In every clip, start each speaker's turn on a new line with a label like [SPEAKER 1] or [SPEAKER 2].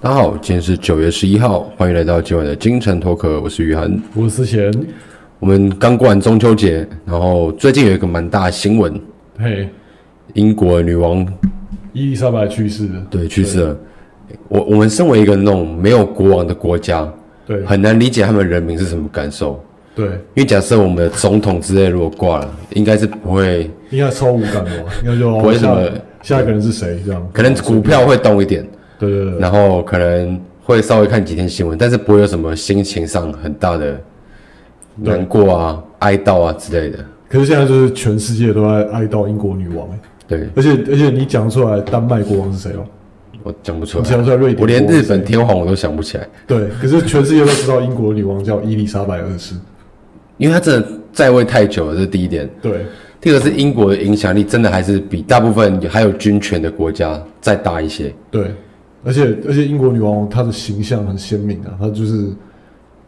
[SPEAKER 1] 大家好，今天是九月十一号，欢迎来到今晚的京城脱壳，我是雨涵。
[SPEAKER 2] 我是贤，
[SPEAKER 1] 我们刚过完中秋节，然后最近有一个蛮大的新闻，
[SPEAKER 2] 嘿，
[SPEAKER 1] 英国女王
[SPEAKER 2] 伊丽莎白去世了，
[SPEAKER 1] 对去世了。我我们身为一个那种没有国王的国家，
[SPEAKER 2] 对
[SPEAKER 1] 很难理解他们人民是什么感受。
[SPEAKER 2] 对，
[SPEAKER 1] 因为假设我们的总统之类如果挂了，应该是不会，
[SPEAKER 2] 应该超无感的吧，应该就
[SPEAKER 1] 不会
[SPEAKER 2] 下
[SPEAKER 1] 什么
[SPEAKER 2] 下一个人是谁这样，
[SPEAKER 1] 可能股票会动一点，
[SPEAKER 2] 对对对，
[SPEAKER 1] 然后可能会稍微看几天新闻，但是不会有什么心情上很大的难过啊、哀悼啊之类的。
[SPEAKER 2] 可是现在就是全世界都在哀悼英国女王、欸，
[SPEAKER 1] 对
[SPEAKER 2] 而且而且你讲出来丹麦国王是谁哦、
[SPEAKER 1] 我讲不出
[SPEAKER 2] 你讲
[SPEAKER 1] 来，
[SPEAKER 2] 出来瑞典
[SPEAKER 1] 我连
[SPEAKER 2] 国王
[SPEAKER 1] 日
[SPEAKER 2] 是谁
[SPEAKER 1] 本天皇我都想不起来，
[SPEAKER 2] 对，可是全世界都知道英国女王叫伊丽莎白二世，
[SPEAKER 1] 因为他真的在位太久了，这是第一点。
[SPEAKER 2] 对
[SPEAKER 1] 第二个是英国的影响力真的还是比大部分还有军权的国家再大一些。
[SPEAKER 2] 对，而且而且英国女王她的形象很鲜明啊，她就是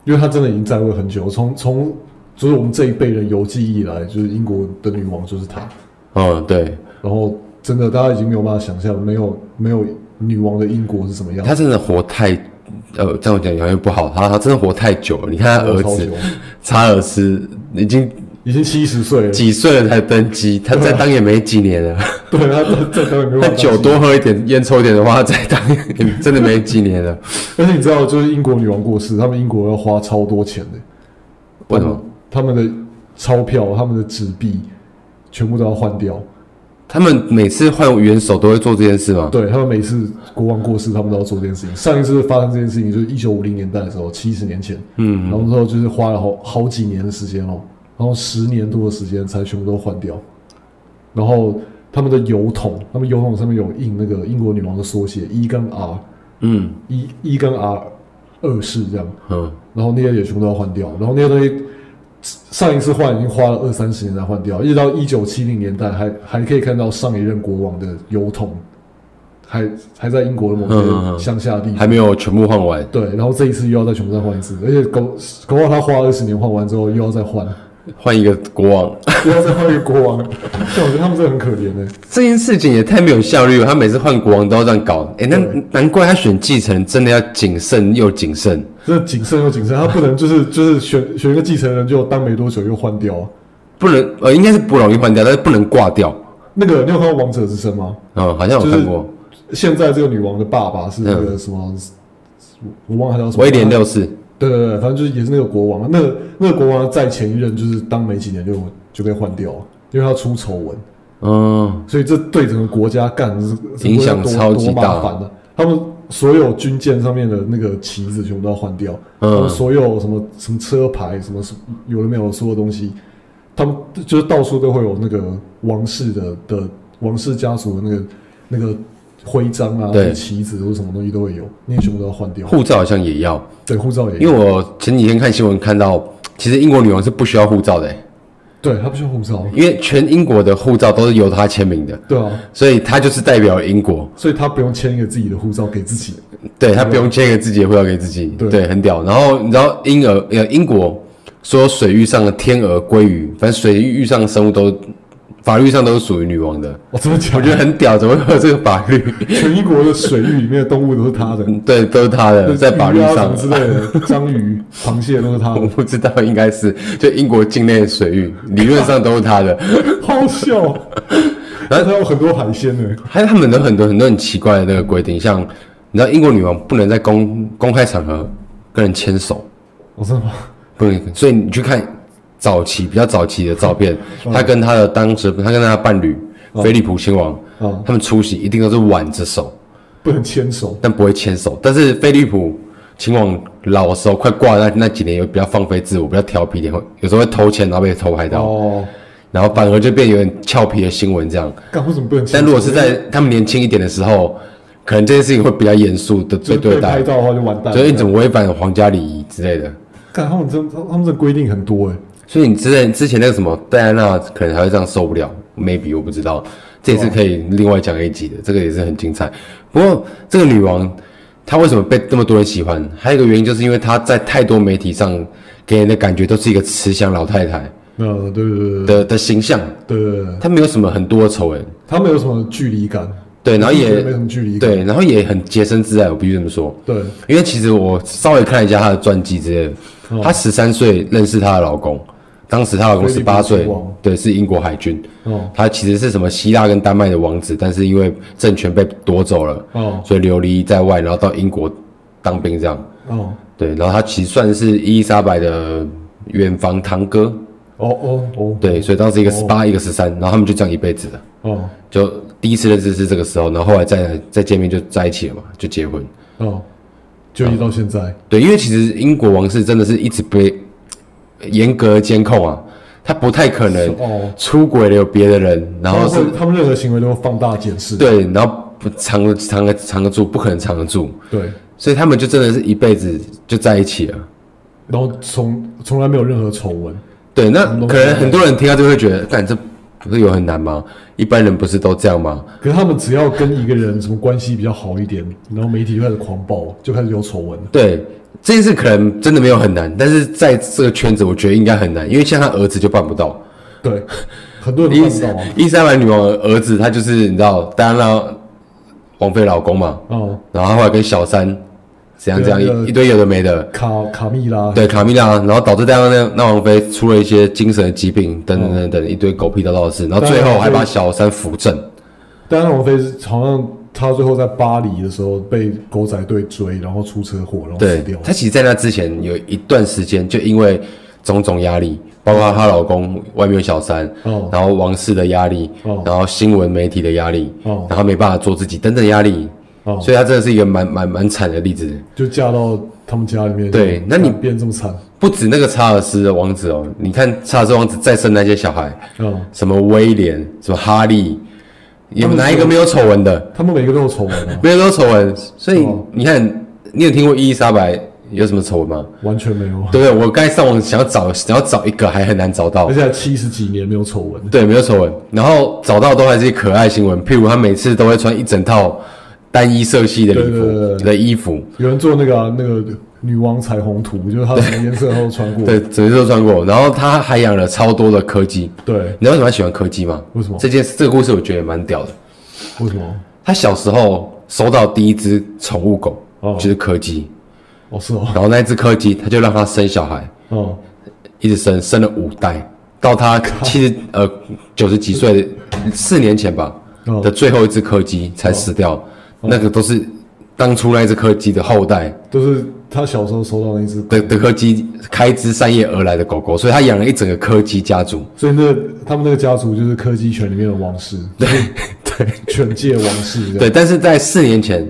[SPEAKER 2] 因为她真的已经在位很久，从从就是我们这一辈人有记忆以来，就是英国的女王就是她。哦
[SPEAKER 1] 嗯，对，
[SPEAKER 2] 然后真的大家已经没有办法想象，没有没有女王的英国是什么样
[SPEAKER 1] 他。真的活太，呃，这样讲好像不好，他他真的活太久了。你看他儿
[SPEAKER 2] 超
[SPEAKER 1] 子
[SPEAKER 2] 久
[SPEAKER 1] 查尔斯已经
[SPEAKER 2] 已经七十岁了，
[SPEAKER 1] 几岁了才登基，他再当也没几年了。
[SPEAKER 2] 对他这这当然没有
[SPEAKER 1] 他
[SPEAKER 2] 办法
[SPEAKER 1] 酒多喝一点，烟抽一点的话，再当也 真的没几年了。
[SPEAKER 2] 而且你知道，就是英国女王过世，他们英国要花超多钱的，
[SPEAKER 1] 为什么？
[SPEAKER 2] 他们的钞票、他们的纸币全部都要换掉。
[SPEAKER 1] 他们每次换元首都会做这件事吗？
[SPEAKER 2] 对他们每次国王过世，他们都要做这件事情。上一次发生这件事情就是一九五零年代的时候，七十年前，嗯，然后之后就是花了好好几年的时间哦，然后十年多的时间才全部都换掉。然后他们的油桶，他们油桶上面有印那个英国女王的缩写 E 跟 R，
[SPEAKER 1] 嗯
[SPEAKER 2] 一一跟 R 二世这样，
[SPEAKER 1] 嗯，
[SPEAKER 2] 然后那些也全部都要换掉，然后那些东西上一次换已经花了二三十年才换掉，一直到一九七零年代还还可以看到上一任国王的油桶，还还在英国的某
[SPEAKER 1] 嗯嗯嗯
[SPEAKER 2] 些乡下地区。
[SPEAKER 1] 还没有全部换完。
[SPEAKER 2] 对，然后这一次又要再全部再换一次，而且搞搞不好他花二十年换完之后又要再换，
[SPEAKER 1] 换一个国王，
[SPEAKER 2] 又要再换一个国 王。但我觉得他们真的很可怜欸呢。
[SPEAKER 1] 这件事情也太没有效率了。他每次换国王都要这样搞，哎、那
[SPEAKER 2] 对难
[SPEAKER 1] 难怪他选继承真的要谨慎又谨慎。
[SPEAKER 2] 真的谨慎又谨慎，他不能就是就是选选一个继承人就当没多久又换掉、啊。
[SPEAKER 1] 不能，呃，应该是不容易换掉，但是不能挂掉。
[SPEAKER 2] 那个你有看过《王者之声》吗？
[SPEAKER 1] 嗯，好像我看过，
[SPEAKER 2] 现在这个女王的爸爸是那个什么，我忘了他叫什
[SPEAKER 1] 嗯
[SPEAKER 2] 么。
[SPEAKER 1] 威廉六世。
[SPEAKER 2] 对对对，反正就是也是那个国王，那个那个国王在前一任就是当没几年就就被换掉了，因为他出丑闻，
[SPEAKER 1] 嗯，
[SPEAKER 2] 所以这对整个国家干是
[SPEAKER 1] 影响超级大
[SPEAKER 2] 多麻烦的。他们所有军舰上面的那个旗子全部都要换掉，
[SPEAKER 1] 嗯
[SPEAKER 2] 他们所有什么什么车牌什么什么有的没有的所有东西，他们就是到处都会有那个王室的的王室家族的那个那个徽章啊、
[SPEAKER 1] 对
[SPEAKER 2] 旗子或者什么东西都会有，那些全部都要换掉。
[SPEAKER 1] 护照好像也要，
[SPEAKER 2] 对，护照也
[SPEAKER 1] 因
[SPEAKER 2] 有，
[SPEAKER 1] 为我前几天看新闻看到，其实英国女王是不需要护照的、诶
[SPEAKER 2] 对他不需要护照，
[SPEAKER 1] 因为全英国的护照都是由她签名的，
[SPEAKER 2] 对啊，
[SPEAKER 1] 所以她就是代表英国。
[SPEAKER 2] 所以他不用签一个自己的护照给自己。
[SPEAKER 1] 对他不用签给自己，也会要给自己，
[SPEAKER 2] 对
[SPEAKER 1] 对，很屌。然后你知道婴儿呃英国所有水域上的天鹅、鲑鱼，反正水域上的生物都法律上都是属于女王的，
[SPEAKER 2] 我、哦真的假
[SPEAKER 1] 我觉
[SPEAKER 2] 的？
[SPEAKER 1] 得很屌，怎么会有这个法律？
[SPEAKER 2] 全英国的水域里面的动物都是他的。
[SPEAKER 1] 对，都是他的， 在法律
[SPEAKER 2] 鱼啊什
[SPEAKER 1] 上
[SPEAKER 2] 么，之类的，章鱼、螃蟹都是 他
[SPEAKER 1] 我
[SPEAKER 2] 的，
[SPEAKER 1] 不知道应该是就英国境内的水域， 理论上都是他的。
[SPEAKER 2] 好笑。然后他有很多海鲜呢，
[SPEAKER 1] 还有他们的很多很多很奇怪的那个规定，像你知道英国女王不能在公公开场合跟人牵手，
[SPEAKER 2] 我
[SPEAKER 1] 哦
[SPEAKER 2] 真的吗？
[SPEAKER 1] 不能，所以你去看早期比较早期的照片，
[SPEAKER 2] 嗯
[SPEAKER 1] 他跟他的当时他跟他的伴侣菲利普亲王
[SPEAKER 2] 嗯，
[SPEAKER 1] 他们出席一定都是挽着手，
[SPEAKER 2] 不能牵手，
[SPEAKER 1] 但不会牵手。但是菲利普亲王老的时候快挂了那那几年，有比较放飞自我，比较调皮一点，会有时候会偷牵，然后被偷拍到，
[SPEAKER 2] 哦，
[SPEAKER 1] 然后反而就变有点俏皮的新闻这样。
[SPEAKER 2] 干为什么不能牵手？
[SPEAKER 1] 但如果是在他们年轻一点的时候，可能这件事情会比较严肃的
[SPEAKER 2] 就
[SPEAKER 1] 被
[SPEAKER 2] 是被
[SPEAKER 1] 对
[SPEAKER 2] 拍
[SPEAKER 1] 待，
[SPEAKER 2] 到的话就完蛋了。
[SPEAKER 1] 所以你怎么违反皇家礼仪之类的。
[SPEAKER 2] 干他们真他们的规定很多哎，
[SPEAKER 1] 所以你之前之前那个什么戴安娜可能还会这样受不了，maybe 我不知道，这
[SPEAKER 2] 啊
[SPEAKER 1] 也是可以另外讲一集的，这个也是很精彩。不过这个女王她为什么被那么多人喜欢，还有一个原因就是因为她在太多媒体上给人的感觉都是一个慈祥老太太
[SPEAKER 2] 那啊对对对对
[SPEAKER 1] 的的形象，
[SPEAKER 2] 对对对，
[SPEAKER 1] 她没有什么很多的仇人，
[SPEAKER 2] 他们有什么距离感？
[SPEAKER 1] 对，然后
[SPEAKER 2] 就觉
[SPEAKER 1] 也
[SPEAKER 2] 得没什么距离感。
[SPEAKER 1] 对，然后也很洁身自爱，我必须这么说。
[SPEAKER 2] 对，
[SPEAKER 1] 因为其实我稍微看了一下她的传记之类的，她十三岁认识她的老公，当时她老公
[SPEAKER 2] 哦菲
[SPEAKER 1] 十
[SPEAKER 2] 律宾
[SPEAKER 1] 八岁
[SPEAKER 2] 亲王，
[SPEAKER 1] 对，是英国海军。
[SPEAKER 2] 哦
[SPEAKER 1] 他其实是什么希腊跟丹麦的王子，但是因为政权被夺走了，
[SPEAKER 2] 哦
[SPEAKER 1] 所以流离在外，然后到英国当兵这样。
[SPEAKER 2] 哦
[SPEAKER 1] 对，然后他其实算是伊丽莎白的远房堂哥，
[SPEAKER 2] 哦哦哦，
[SPEAKER 1] 对，所以当时一个十八、一个十三，然后他们就这样一辈子了。
[SPEAKER 2] 哦
[SPEAKER 1] 就第一次认识是这个时候，然后后来再再见面就在一起了嘛，就结婚。
[SPEAKER 2] 哦，就一到现在，
[SPEAKER 1] 对，因为其实英国王室真的是一直被严格监控啊，他不太可能
[SPEAKER 2] 哦
[SPEAKER 1] 出轨了有别的人，然后是
[SPEAKER 2] 他们会他们任何行为都会放大检视。
[SPEAKER 1] 对，然后不藏得藏得藏得住，不可能藏得住，
[SPEAKER 2] 对，
[SPEAKER 1] 所以他们就真的是一辈子就在一起了。
[SPEAKER 2] 然后从从来没有任何丑闻。
[SPEAKER 1] 对，那可能很多人听到就会觉得，干这不是有很难吗？一般人不是都这样吗？
[SPEAKER 2] 可是他们只要跟一个人什么关系比较好一点，然后媒体就开始狂爆，就开始有丑闻了。
[SPEAKER 1] 对，这件事可能真的没有很难，但是在这个圈子，我觉得应该很难，因为像他儿子就办不到。
[SPEAKER 2] 对，很多人
[SPEAKER 1] 伊
[SPEAKER 2] 都看不到啊。
[SPEAKER 1] 伊莎白女王的儿子，他就是你知道，当然了，王菲老公嘛，
[SPEAKER 2] 哦，
[SPEAKER 1] 然后他后来跟小三怎样怎样
[SPEAKER 2] 对那个
[SPEAKER 1] 一一堆有的没的，
[SPEAKER 2] 卡卡蜜拉，
[SPEAKER 1] 对卡米拉，然后导致戴安娜那王妃出了一些精神的疾病，等等
[SPEAKER 2] 哦
[SPEAKER 1] 等等一堆狗屁叨叨的事，然
[SPEAKER 2] 啊
[SPEAKER 1] 后最后还把小三扶正。
[SPEAKER 2] 哦戴安娜王妃是好像她最后在巴黎的时候被狗仔队追，然后出车祸，然后死
[SPEAKER 1] 对
[SPEAKER 2] 掉，。
[SPEAKER 1] 她其实在那之前有一段时间，就因为种种压力，包括她老公外面有小三，
[SPEAKER 2] 哦
[SPEAKER 1] 然后王室的压力，
[SPEAKER 2] 哦
[SPEAKER 1] 然后新闻媒体的压力，
[SPEAKER 2] 哦
[SPEAKER 1] 然后没办法做自己等等压力，
[SPEAKER 2] 哦
[SPEAKER 1] 所以她真的是一个蛮蛮蛮惨的例子。
[SPEAKER 2] 就嫁到他们家里面。
[SPEAKER 1] 对那你
[SPEAKER 2] 变这么惨？
[SPEAKER 1] 不止那个查尔斯的王子哦，你看查尔斯王子再生那些小孩，
[SPEAKER 2] 嗯，
[SPEAKER 1] 什么威廉，什么哈利，有
[SPEAKER 2] 他们
[SPEAKER 1] 哪一
[SPEAKER 2] 是
[SPEAKER 1] 个没有丑闻的？
[SPEAKER 2] 他们每个都有丑闻
[SPEAKER 1] ，
[SPEAKER 2] 啊
[SPEAKER 1] 没有都丑闻，所以
[SPEAKER 2] 哦
[SPEAKER 1] 你看，你有听过伊丽莎白有什么丑闻吗？
[SPEAKER 2] 完全没有啊，
[SPEAKER 1] 对不对？我刚才上网想要找，想要找一个还很难找到
[SPEAKER 2] 而。且还七十几年没有丑闻。
[SPEAKER 1] 对，没有丑闻，然后找到都还是一些可爱新闻，譬如她每次都会穿一整套单一色系的礼服
[SPEAKER 2] 对对对对
[SPEAKER 1] 的衣服，
[SPEAKER 2] 有人做那个啊、那个女王彩虹图，就是她什么颜色她都穿过。
[SPEAKER 1] 对，整个都穿过。然后她还养了超多的柯基，
[SPEAKER 2] 对，
[SPEAKER 1] 你知道为什么她喜欢柯基吗？
[SPEAKER 2] 为什么
[SPEAKER 1] 这件这个故事我觉得蛮屌的。
[SPEAKER 2] 为什么？
[SPEAKER 1] 她小时候收到第一只宠物狗，
[SPEAKER 2] 哦
[SPEAKER 1] 就是柯基，
[SPEAKER 2] 哦，是哦，
[SPEAKER 1] 然后那只柯基，她就让它生小孩，
[SPEAKER 2] 哦，
[SPEAKER 1] 一直生，生了五代，到他七十呃九十几岁的四年前吧、
[SPEAKER 2] 哦
[SPEAKER 1] 的最后一只柯基才死掉，那个都是当初那一只柯基的后代
[SPEAKER 2] 都是她小时候收到那只，
[SPEAKER 1] 的的柯基开枝散叶而来的狗狗，所以他养了一整个柯基家族。
[SPEAKER 2] 所以那个他们那个家族就是柯基犬里面的王室，对 对，犬界王室这样。
[SPEAKER 1] 对，但是在四年前，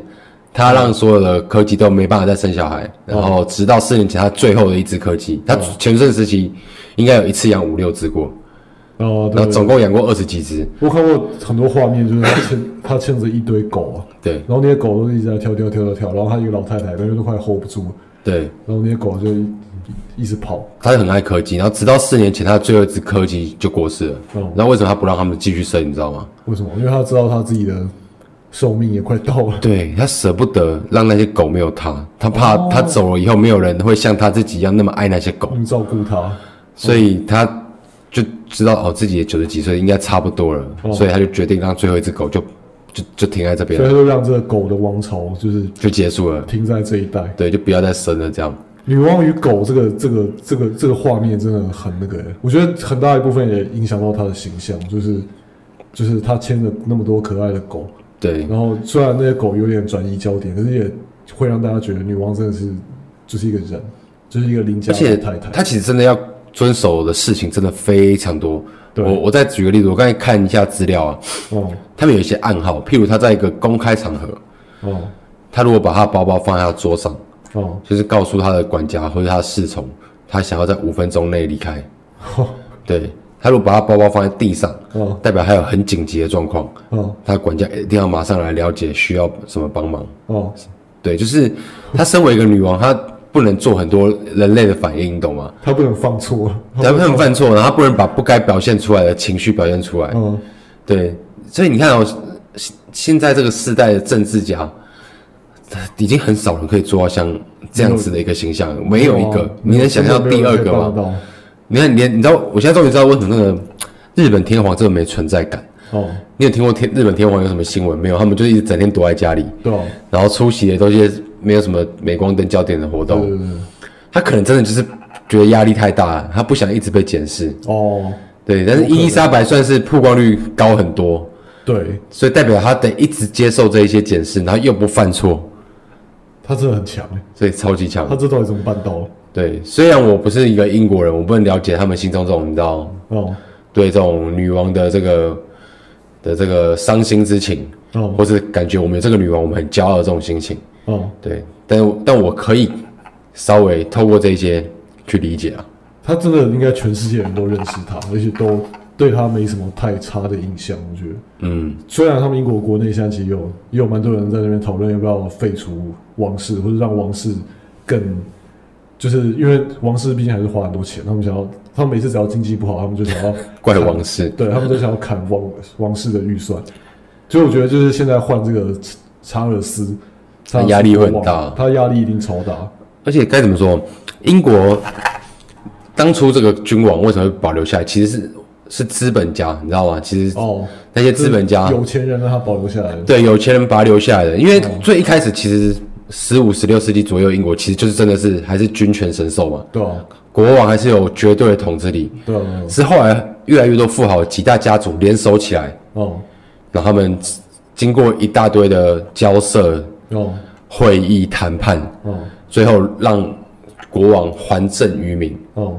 [SPEAKER 1] 他让所有的柯基都没办法再生小孩，然后直到四年前他最后的一只柯基，他全盛时期应该有一次养五六只过，
[SPEAKER 2] 哦，
[SPEAKER 1] 然
[SPEAKER 2] 对
[SPEAKER 1] 后总共养过二十几只。
[SPEAKER 2] 我看过很多画面，就是他牵他牵着一堆狗啊，
[SPEAKER 1] 对
[SPEAKER 2] 然后那些狗都一直在跳跳跳跳跳，然后他一个老太太，那个都快 hold 不住了，
[SPEAKER 1] 对，
[SPEAKER 2] 然后那些狗就一一直跑，
[SPEAKER 1] 他很爱柯基，然后直到四年前，他最后一只柯基就过世了。
[SPEAKER 2] 嗯
[SPEAKER 1] 那、为什么他不让他们继续生？你知道吗？
[SPEAKER 2] 为什么？因为他知道他自己的寿命也快到了。
[SPEAKER 1] 对他舍不得让那些狗没有他，他怕
[SPEAKER 2] 哦
[SPEAKER 1] 他走了以后没有人会像他自己一样那么爱那些狗，
[SPEAKER 2] 嗯，照顾他，
[SPEAKER 1] 所以他就知道哦自己也九十几岁，应该差不多了，所以他就决定让最后一只狗就就就停在这边
[SPEAKER 2] 哦
[SPEAKER 1] 了，
[SPEAKER 2] 所以他就让这个狗的王朝就是
[SPEAKER 1] 就结束了。
[SPEAKER 2] 停在这一代。
[SPEAKER 1] 对，就不要再生了，这样。
[SPEAKER 2] 女王与狗这个这个这个这个画面真的很那个欸、我觉得很大一部分也影响到她的形象，就是就是她牵着那么多可爱的狗，
[SPEAKER 1] 对，
[SPEAKER 2] 然后虽然那些狗有点转移焦点，可是也会让大家觉得女王真的是就是一个人，就是一个邻家
[SPEAKER 1] 而且
[SPEAKER 2] 的太太。
[SPEAKER 1] 他其实真的要遵守的事情真的非常多。
[SPEAKER 2] 对
[SPEAKER 1] 我我再举个例子，我刚才看一下资料啊，
[SPEAKER 2] 哦
[SPEAKER 1] 他们有一些暗号，譬如他在一个公开场合，
[SPEAKER 2] 哦
[SPEAKER 1] 他如果把他的包包放在他桌上，
[SPEAKER 2] 哦，
[SPEAKER 1] 就是告诉他的管家或者他的侍从，他想要在五分钟内离开。对他如果把他包包放在地上，
[SPEAKER 2] 哦
[SPEAKER 1] 代表他有很紧急的状况，
[SPEAKER 2] 哦
[SPEAKER 1] 他的管家一定要马上来了解需要什么帮忙。
[SPEAKER 2] 哦，
[SPEAKER 1] 对，就是她身为一个女王，她不能做很多人类的反应，你懂吗？
[SPEAKER 2] 她不能放错。
[SPEAKER 1] 她不能犯错，然后她不能把不该表现出来的情绪表现出来。
[SPEAKER 2] 嗯，
[SPEAKER 1] 对，所以你看哦，现现在这个世代的政治家，他已经很少人可以做到像这样子的一个形象，没有一
[SPEAKER 2] 啊
[SPEAKER 1] 个，
[SPEAKER 2] 哦
[SPEAKER 1] 你能想象第二个吗？
[SPEAKER 2] 吗？
[SPEAKER 1] 你看，连你知道，我现在终于知道为什么那个日本天皇这么没存在感，
[SPEAKER 2] 哦，
[SPEAKER 1] 你有听过天日本天皇有什么新闻没有？他们就是一直整天躲在家里，
[SPEAKER 2] 对啊，
[SPEAKER 1] 然后出席的都是没有什么镁光灯焦点的活
[SPEAKER 2] 对
[SPEAKER 1] 动。
[SPEAKER 2] 对对，
[SPEAKER 1] 他可能真的就是觉得压力太大了，他不想一直被检视。
[SPEAKER 2] 哦，
[SPEAKER 1] 对，但是伊丽莎白算是曝光率高很多，
[SPEAKER 2] 对
[SPEAKER 1] 所以代表他得一直接受这一些检视，然后又不犯错，
[SPEAKER 2] 他真的很强欸，
[SPEAKER 1] 所以超级强
[SPEAKER 2] 他。这到底怎么办到的？
[SPEAKER 1] 对，虽然我不是一个英国人，我不能了解他们心中这种你知道
[SPEAKER 2] 哦
[SPEAKER 1] 对这种女王的这个的这个伤心之情，
[SPEAKER 2] 哦
[SPEAKER 1] 或是感觉我们有这个女王，我们很骄傲的这种心情。
[SPEAKER 2] 哦，
[SPEAKER 1] 对，但我但我可以稍微透过这些去理解啊。
[SPEAKER 2] 他真的应该全世界人都认识他，而且都对他没什么太差的印象，我觉得。
[SPEAKER 1] 嗯，
[SPEAKER 2] 虽然他们英国国内现在其实有也有蛮多人在那边讨论要不要废除王室，或者让王室更，就是因为王室毕竟还是花很多钱，他们想要，他们每次只要经济不好，他们就想要
[SPEAKER 1] 怪
[SPEAKER 2] 砍
[SPEAKER 1] 王室。
[SPEAKER 2] 对他们就想要砍王王室的预算。所以我觉得就是现在换这个查查尔斯，查尔斯
[SPEAKER 1] 压力会很
[SPEAKER 2] 国王
[SPEAKER 1] 大
[SPEAKER 2] 他压力一定超大。
[SPEAKER 1] 而且该怎么说，英国当初这个君王为什么会保留下来，其实是是资本家，你知道吗？其实
[SPEAKER 2] 哦，
[SPEAKER 1] 那些资本家
[SPEAKER 2] 有钱人让他保留下来。
[SPEAKER 1] 对有钱人把他留下来的，因为最一开始其实十五、十六世纪左右，英国其实就是真的是还是君权神授嘛，
[SPEAKER 2] 对啊，
[SPEAKER 1] 国王还是有绝对的统治力。
[SPEAKER 2] 对啊，对啊
[SPEAKER 1] 是后来越来越多富豪几大家族联手起来，
[SPEAKER 2] 哦
[SPEAKER 1] 然后他们经过一大堆的交涉、
[SPEAKER 2] 哦
[SPEAKER 1] 会议、谈判，
[SPEAKER 2] 哦
[SPEAKER 1] 最后让国王还政于民。
[SPEAKER 2] 哦，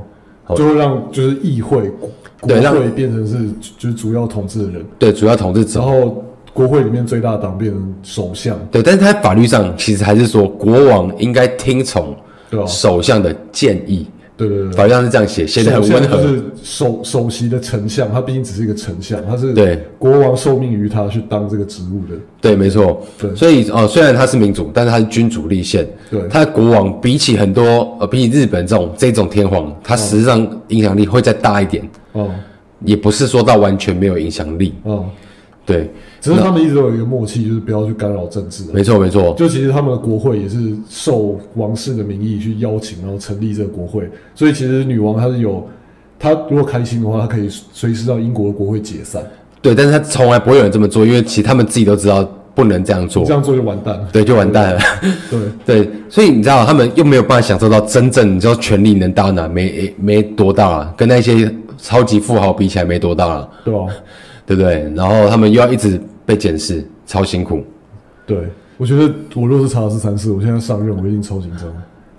[SPEAKER 2] 就会让就是议会国
[SPEAKER 1] 对让
[SPEAKER 2] 会变成是就是主要统治的人，
[SPEAKER 1] 对，主要统治者
[SPEAKER 2] 然。后国会里面最大的党变成首相，
[SPEAKER 1] 对，但是他法律上其实还是说，国王应该听从
[SPEAKER 2] 对吧、
[SPEAKER 1] 首相的建议。
[SPEAKER 2] 对对对
[SPEAKER 1] 法律上是这样写，写
[SPEAKER 2] 对，
[SPEAKER 1] 的很
[SPEAKER 2] 哦首相
[SPEAKER 1] 温和。
[SPEAKER 2] 就是首首席的丞相，他毕竟只是一个丞相，他是
[SPEAKER 1] 对
[SPEAKER 2] 国王受命于他去当这个职务的，
[SPEAKER 1] 对，没错。
[SPEAKER 2] 对
[SPEAKER 1] 所以哦，虽然他是民主，但是他是君主立宪。
[SPEAKER 2] 对
[SPEAKER 1] 他的国王比起很多呃，比起日本这种这种天皇，他实际上影响力会再大一点，
[SPEAKER 2] 哦
[SPEAKER 1] 也不是说到完全没有影响力。
[SPEAKER 2] 哦，
[SPEAKER 1] 对，
[SPEAKER 2] 只是他们一直都有一个默契，就是不要去干扰政治啊。
[SPEAKER 1] 没错没错。
[SPEAKER 2] 就其实他们的国会也是受王室的名义去邀请，然后成立这个国会。所以其实女王她是有，她如果开心的话，她可以随时让英国的国会解散，
[SPEAKER 1] 对，但是他从来不会有人这么做，因为其实他们自己都知道不能这样做
[SPEAKER 2] 这，样做就完蛋了。
[SPEAKER 1] 对，就完蛋了。
[SPEAKER 2] 对，
[SPEAKER 1] 对，所以你知道他们又没有办法享受到真正你知道权力能到哪，没没多大啊，跟那些超级富豪比起来没多大啊，
[SPEAKER 2] 对吧？
[SPEAKER 1] 对不对？然后他们又要一直被检视，超辛苦。
[SPEAKER 2] 对，我觉得我若是查尔斯三世，我现在上任，我一定超紧张。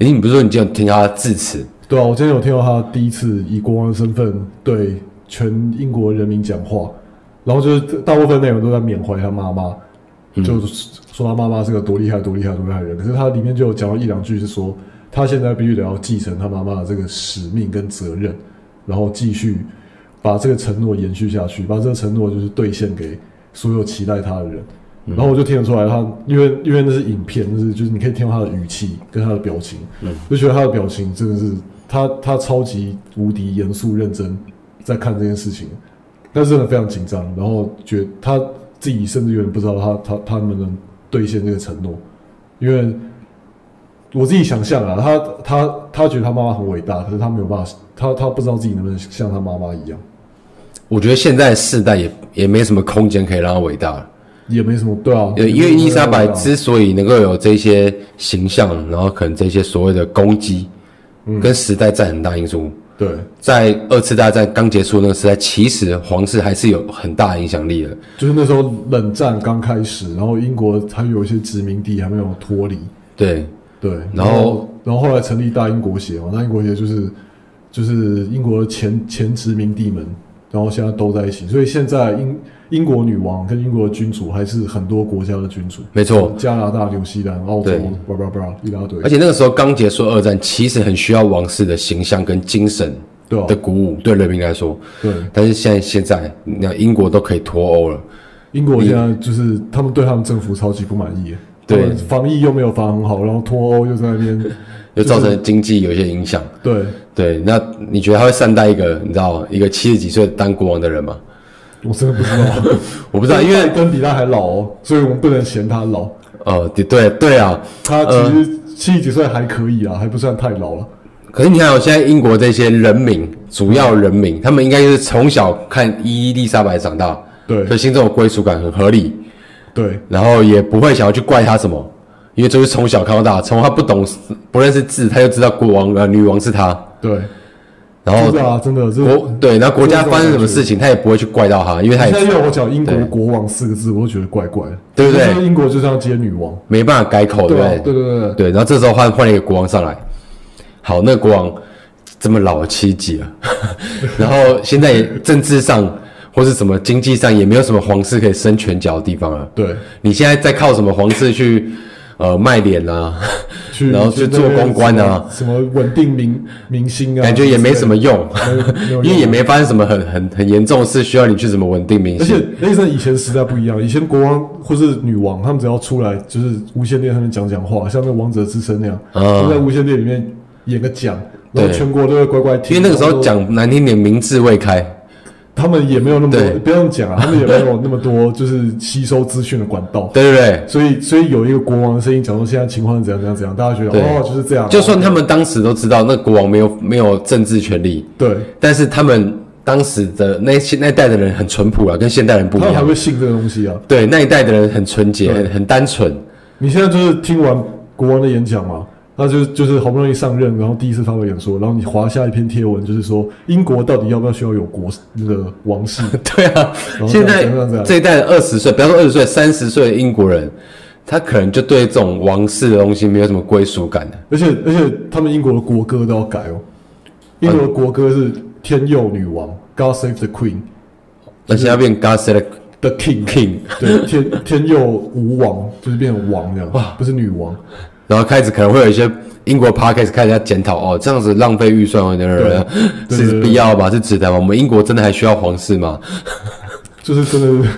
[SPEAKER 1] 诶，你不是说你今天有听他致辞？
[SPEAKER 2] 对啊，我今天有听到他第一次以国王的身份对全英国人民讲话，然后就是大部分内容都在缅怀他妈妈，就是说他妈妈是个多厉害、多厉害、多厉害的人。可是他里面就有讲到一两句是说，他现在必须得要继承他妈妈的这个使命跟责任，然后继续把这个承诺延续下去，把这个承诺就是兑现给所有期待他的人。然后我就听得出来他，因为因为那是影片，就是就是你可以听到他的语气跟他的表情，就觉得他的表情真的是他他超级无敌严肃认真在看这件事情，但是真的非常紧张，然后觉得他自己甚至有点不知道他他他们能兑现这个承诺，因为我自己想象啊，他他他觉得他妈妈很伟大，可是他没有办法，他他不知道自己能不能像他妈妈一样，
[SPEAKER 1] 我觉得现在世代也也没什么空间可以让他伟大了。
[SPEAKER 2] 也没什么对啊，
[SPEAKER 1] 呃，因为伊丽莎白
[SPEAKER 2] 对啊
[SPEAKER 1] 之所以能够有这些形象，然后可能这些所谓的攻击，跟时代占很大因素。
[SPEAKER 2] 对
[SPEAKER 1] 在二次大战刚结束那个时代，其实皇室还是有很大的影响力的。
[SPEAKER 2] 就是那时候冷战刚开始，然后英国它有一些殖民地还没有脱离，
[SPEAKER 1] 对，
[SPEAKER 2] 对，
[SPEAKER 1] 然后
[SPEAKER 2] 然后后来成立大英国协嘛，大英国协就是就是英国前前殖民地们，然后现在都在一起，所以现在英英国女王跟英国君主还是很多国家的君主，
[SPEAKER 1] 没错。
[SPEAKER 2] 加拿大、纽西兰、澳洲
[SPEAKER 1] 对，
[SPEAKER 2] 巴拉巴拉一大堆
[SPEAKER 1] 而，且那个时候刚结束二战，其实很需要王室的形象跟精神
[SPEAKER 2] 对吧、啊
[SPEAKER 1] 的鼓舞，对人民来说。
[SPEAKER 2] 对，
[SPEAKER 1] 但是现在现在，那英国都可以脱欧了，
[SPEAKER 2] 英国现在就是他们对他们政府超级不满意，
[SPEAKER 1] 对
[SPEAKER 2] 他们防疫又没有防很好，然后脱欧又在那 边，
[SPEAKER 1] 就造成经济有一些影响。
[SPEAKER 2] 对，
[SPEAKER 1] 对，那你觉得他会善待一个你知道一个七十几岁当国王的人吗？
[SPEAKER 2] 我真的不知道，
[SPEAKER 1] 我不知道，因 为
[SPEAKER 2] 拜登比他还老哦，所以我们不能嫌他老。
[SPEAKER 1] 呃，对对对啊，
[SPEAKER 2] 他其实七十几岁还可以啊，还不算太老了。
[SPEAKER 1] 可是你看、哦，现在英国这些人民，主要人民，他们应该就是从小看伊丽莎白长大，
[SPEAKER 2] 对
[SPEAKER 1] 所以心中有归属感很合理，
[SPEAKER 2] 对
[SPEAKER 1] 然后也不会想要去怪他什么，因为这是从小看到大，从他不懂不认识字，他就知道国王呃女王是他，
[SPEAKER 2] 对，
[SPEAKER 1] 然后
[SPEAKER 2] 真的啊，真的，这
[SPEAKER 1] 哦国对，然后国家发生什么事情，他也不会去怪到他，因为他
[SPEAKER 2] 现
[SPEAKER 1] 也
[SPEAKER 2] 在要我讲英国
[SPEAKER 1] 对
[SPEAKER 2] 国王四个字，我都觉得怪怪的，
[SPEAKER 1] 对不对
[SPEAKER 2] 就是英国就是要接女王，
[SPEAKER 1] 没办法改口，对
[SPEAKER 2] 对
[SPEAKER 1] 不
[SPEAKER 2] 啊
[SPEAKER 1] 对？
[SPEAKER 2] 对对对，
[SPEAKER 1] 对，然后这时候换换了一个国王上来，好，那个国王这么老七级了， 然后现在也政治上或是什么经济上也没有什么皇室可以伸拳脚的地方了。
[SPEAKER 2] 对，
[SPEAKER 1] 你现在在靠什么皇室去呃卖脸 啊？
[SPEAKER 2] 去
[SPEAKER 1] 然后去做公关啊，
[SPEAKER 2] 去那边什么什么稳定明明星啊，
[SPEAKER 1] 感觉也没什么用，
[SPEAKER 2] 没有
[SPEAKER 1] 因为也
[SPEAKER 2] 用啊
[SPEAKER 1] 没发生什么很很很严重的事需要你去怎么稳定民
[SPEAKER 2] 而
[SPEAKER 1] 心
[SPEAKER 2] 且。那在以前时代不一样，以前国王或是女王，他们只要出来就是无线电上面讲讲话，像那《王者之声》那样，
[SPEAKER 1] 嗯
[SPEAKER 2] 就在无线电里面演个讲，然后
[SPEAKER 1] 对
[SPEAKER 2] 全国都会乖乖
[SPEAKER 1] 因
[SPEAKER 2] 听。
[SPEAKER 1] 为那个时
[SPEAKER 2] 然
[SPEAKER 1] 候
[SPEAKER 2] 后
[SPEAKER 1] 讲难听点，民智未开，
[SPEAKER 2] 他们也没有那么多
[SPEAKER 1] 对，
[SPEAKER 2] 不用 讲啊，他们也没有那么多就是吸收资讯的管道。
[SPEAKER 1] 对不对？
[SPEAKER 2] 所以，所以有一个国王的声音讲说现在情况是怎样怎样怎样，大家觉得
[SPEAKER 1] 对
[SPEAKER 2] 哦就是这样。
[SPEAKER 1] 就算他们当时都知道那国王没有没有政治权利，
[SPEAKER 2] 对，
[SPEAKER 1] 但是他们当时的那些那一代的人很淳朴啊，跟现代人不
[SPEAKER 2] 他
[SPEAKER 1] 一
[SPEAKER 2] 们还
[SPEAKER 1] 样。
[SPEAKER 2] 会信这个东西啊。
[SPEAKER 1] 对，那一代的人很纯洁，
[SPEAKER 2] 对
[SPEAKER 1] 很很单纯。
[SPEAKER 2] 你现在就是听完国王的演讲嘛，那就就是好不容易上任，然后第一次发表演说，然后你划下一篇贴文，就是说英国到底要不要需要有国那个 王室？
[SPEAKER 1] 对啊，
[SPEAKER 2] 然后
[SPEAKER 1] 现在
[SPEAKER 2] 这样这样这样
[SPEAKER 1] 这一代的二十岁，不要说二十岁，三十岁的英国人，他可能就对这种王室的东西没有什么归属感的。
[SPEAKER 2] 而且而且他们英国的国歌都要改哦，英国的国歌是天佑女王，God Save the Queen，The
[SPEAKER 1] 而且要变 God said
[SPEAKER 2] King。
[SPEAKER 1] King，
[SPEAKER 2] 对，天天佑吾王就是变成王这样，不是女王。
[SPEAKER 1] 然后开始可能会有一些英国 podcast 开始要检讨哦，这样子浪费预算，有点人
[SPEAKER 2] 对对
[SPEAKER 1] 是
[SPEAKER 2] 对
[SPEAKER 1] 必要吗？是值得吗？我们英国真的还需要皇室吗？
[SPEAKER 2] 就是真 的是，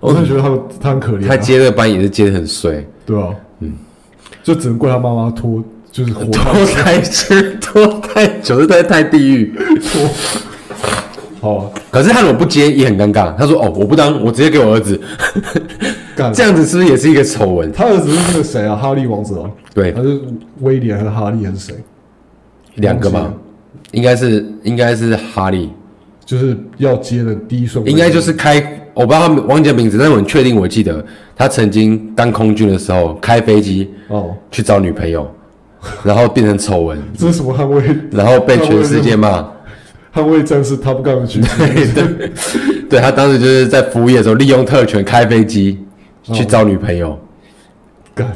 [SPEAKER 2] 我真的觉得他们他很可怜、啊，
[SPEAKER 1] 他接这个班也是接的很衰，
[SPEAKER 2] 对啊，嗯，就只能怪他妈妈拖，就是活 到
[SPEAKER 1] 拖太久，拖太久，实在太地狱。
[SPEAKER 2] 好啊
[SPEAKER 1] 可是他如果不接也很尴尬，他说哦，我不当，我直接给我儿子，
[SPEAKER 2] 干
[SPEAKER 1] 这样子是不是也是一个丑闻？
[SPEAKER 2] 他儿子是那个谁啊，哈利王子哦，
[SPEAKER 1] 对
[SPEAKER 2] 他是威廉还是哈利还是谁？
[SPEAKER 1] 两个嘛，应该是应该是哈利，
[SPEAKER 2] 就是要接的第一顺位，
[SPEAKER 1] 应该就是开，我不知道他们王杰名字，但是我很确定，我记得他曾经当空军的时候开飞机
[SPEAKER 2] 哦，
[SPEAKER 1] 去找女朋友，然后变成丑闻，
[SPEAKER 2] 这是什么捍卫
[SPEAKER 1] 然后被全世界骂。
[SPEAKER 2] 捍卫战士 Top Gun 的剧情？
[SPEAKER 1] 对，对他当时就是在服务业的时候利用特权开飞机去找女朋友，
[SPEAKER 2] 干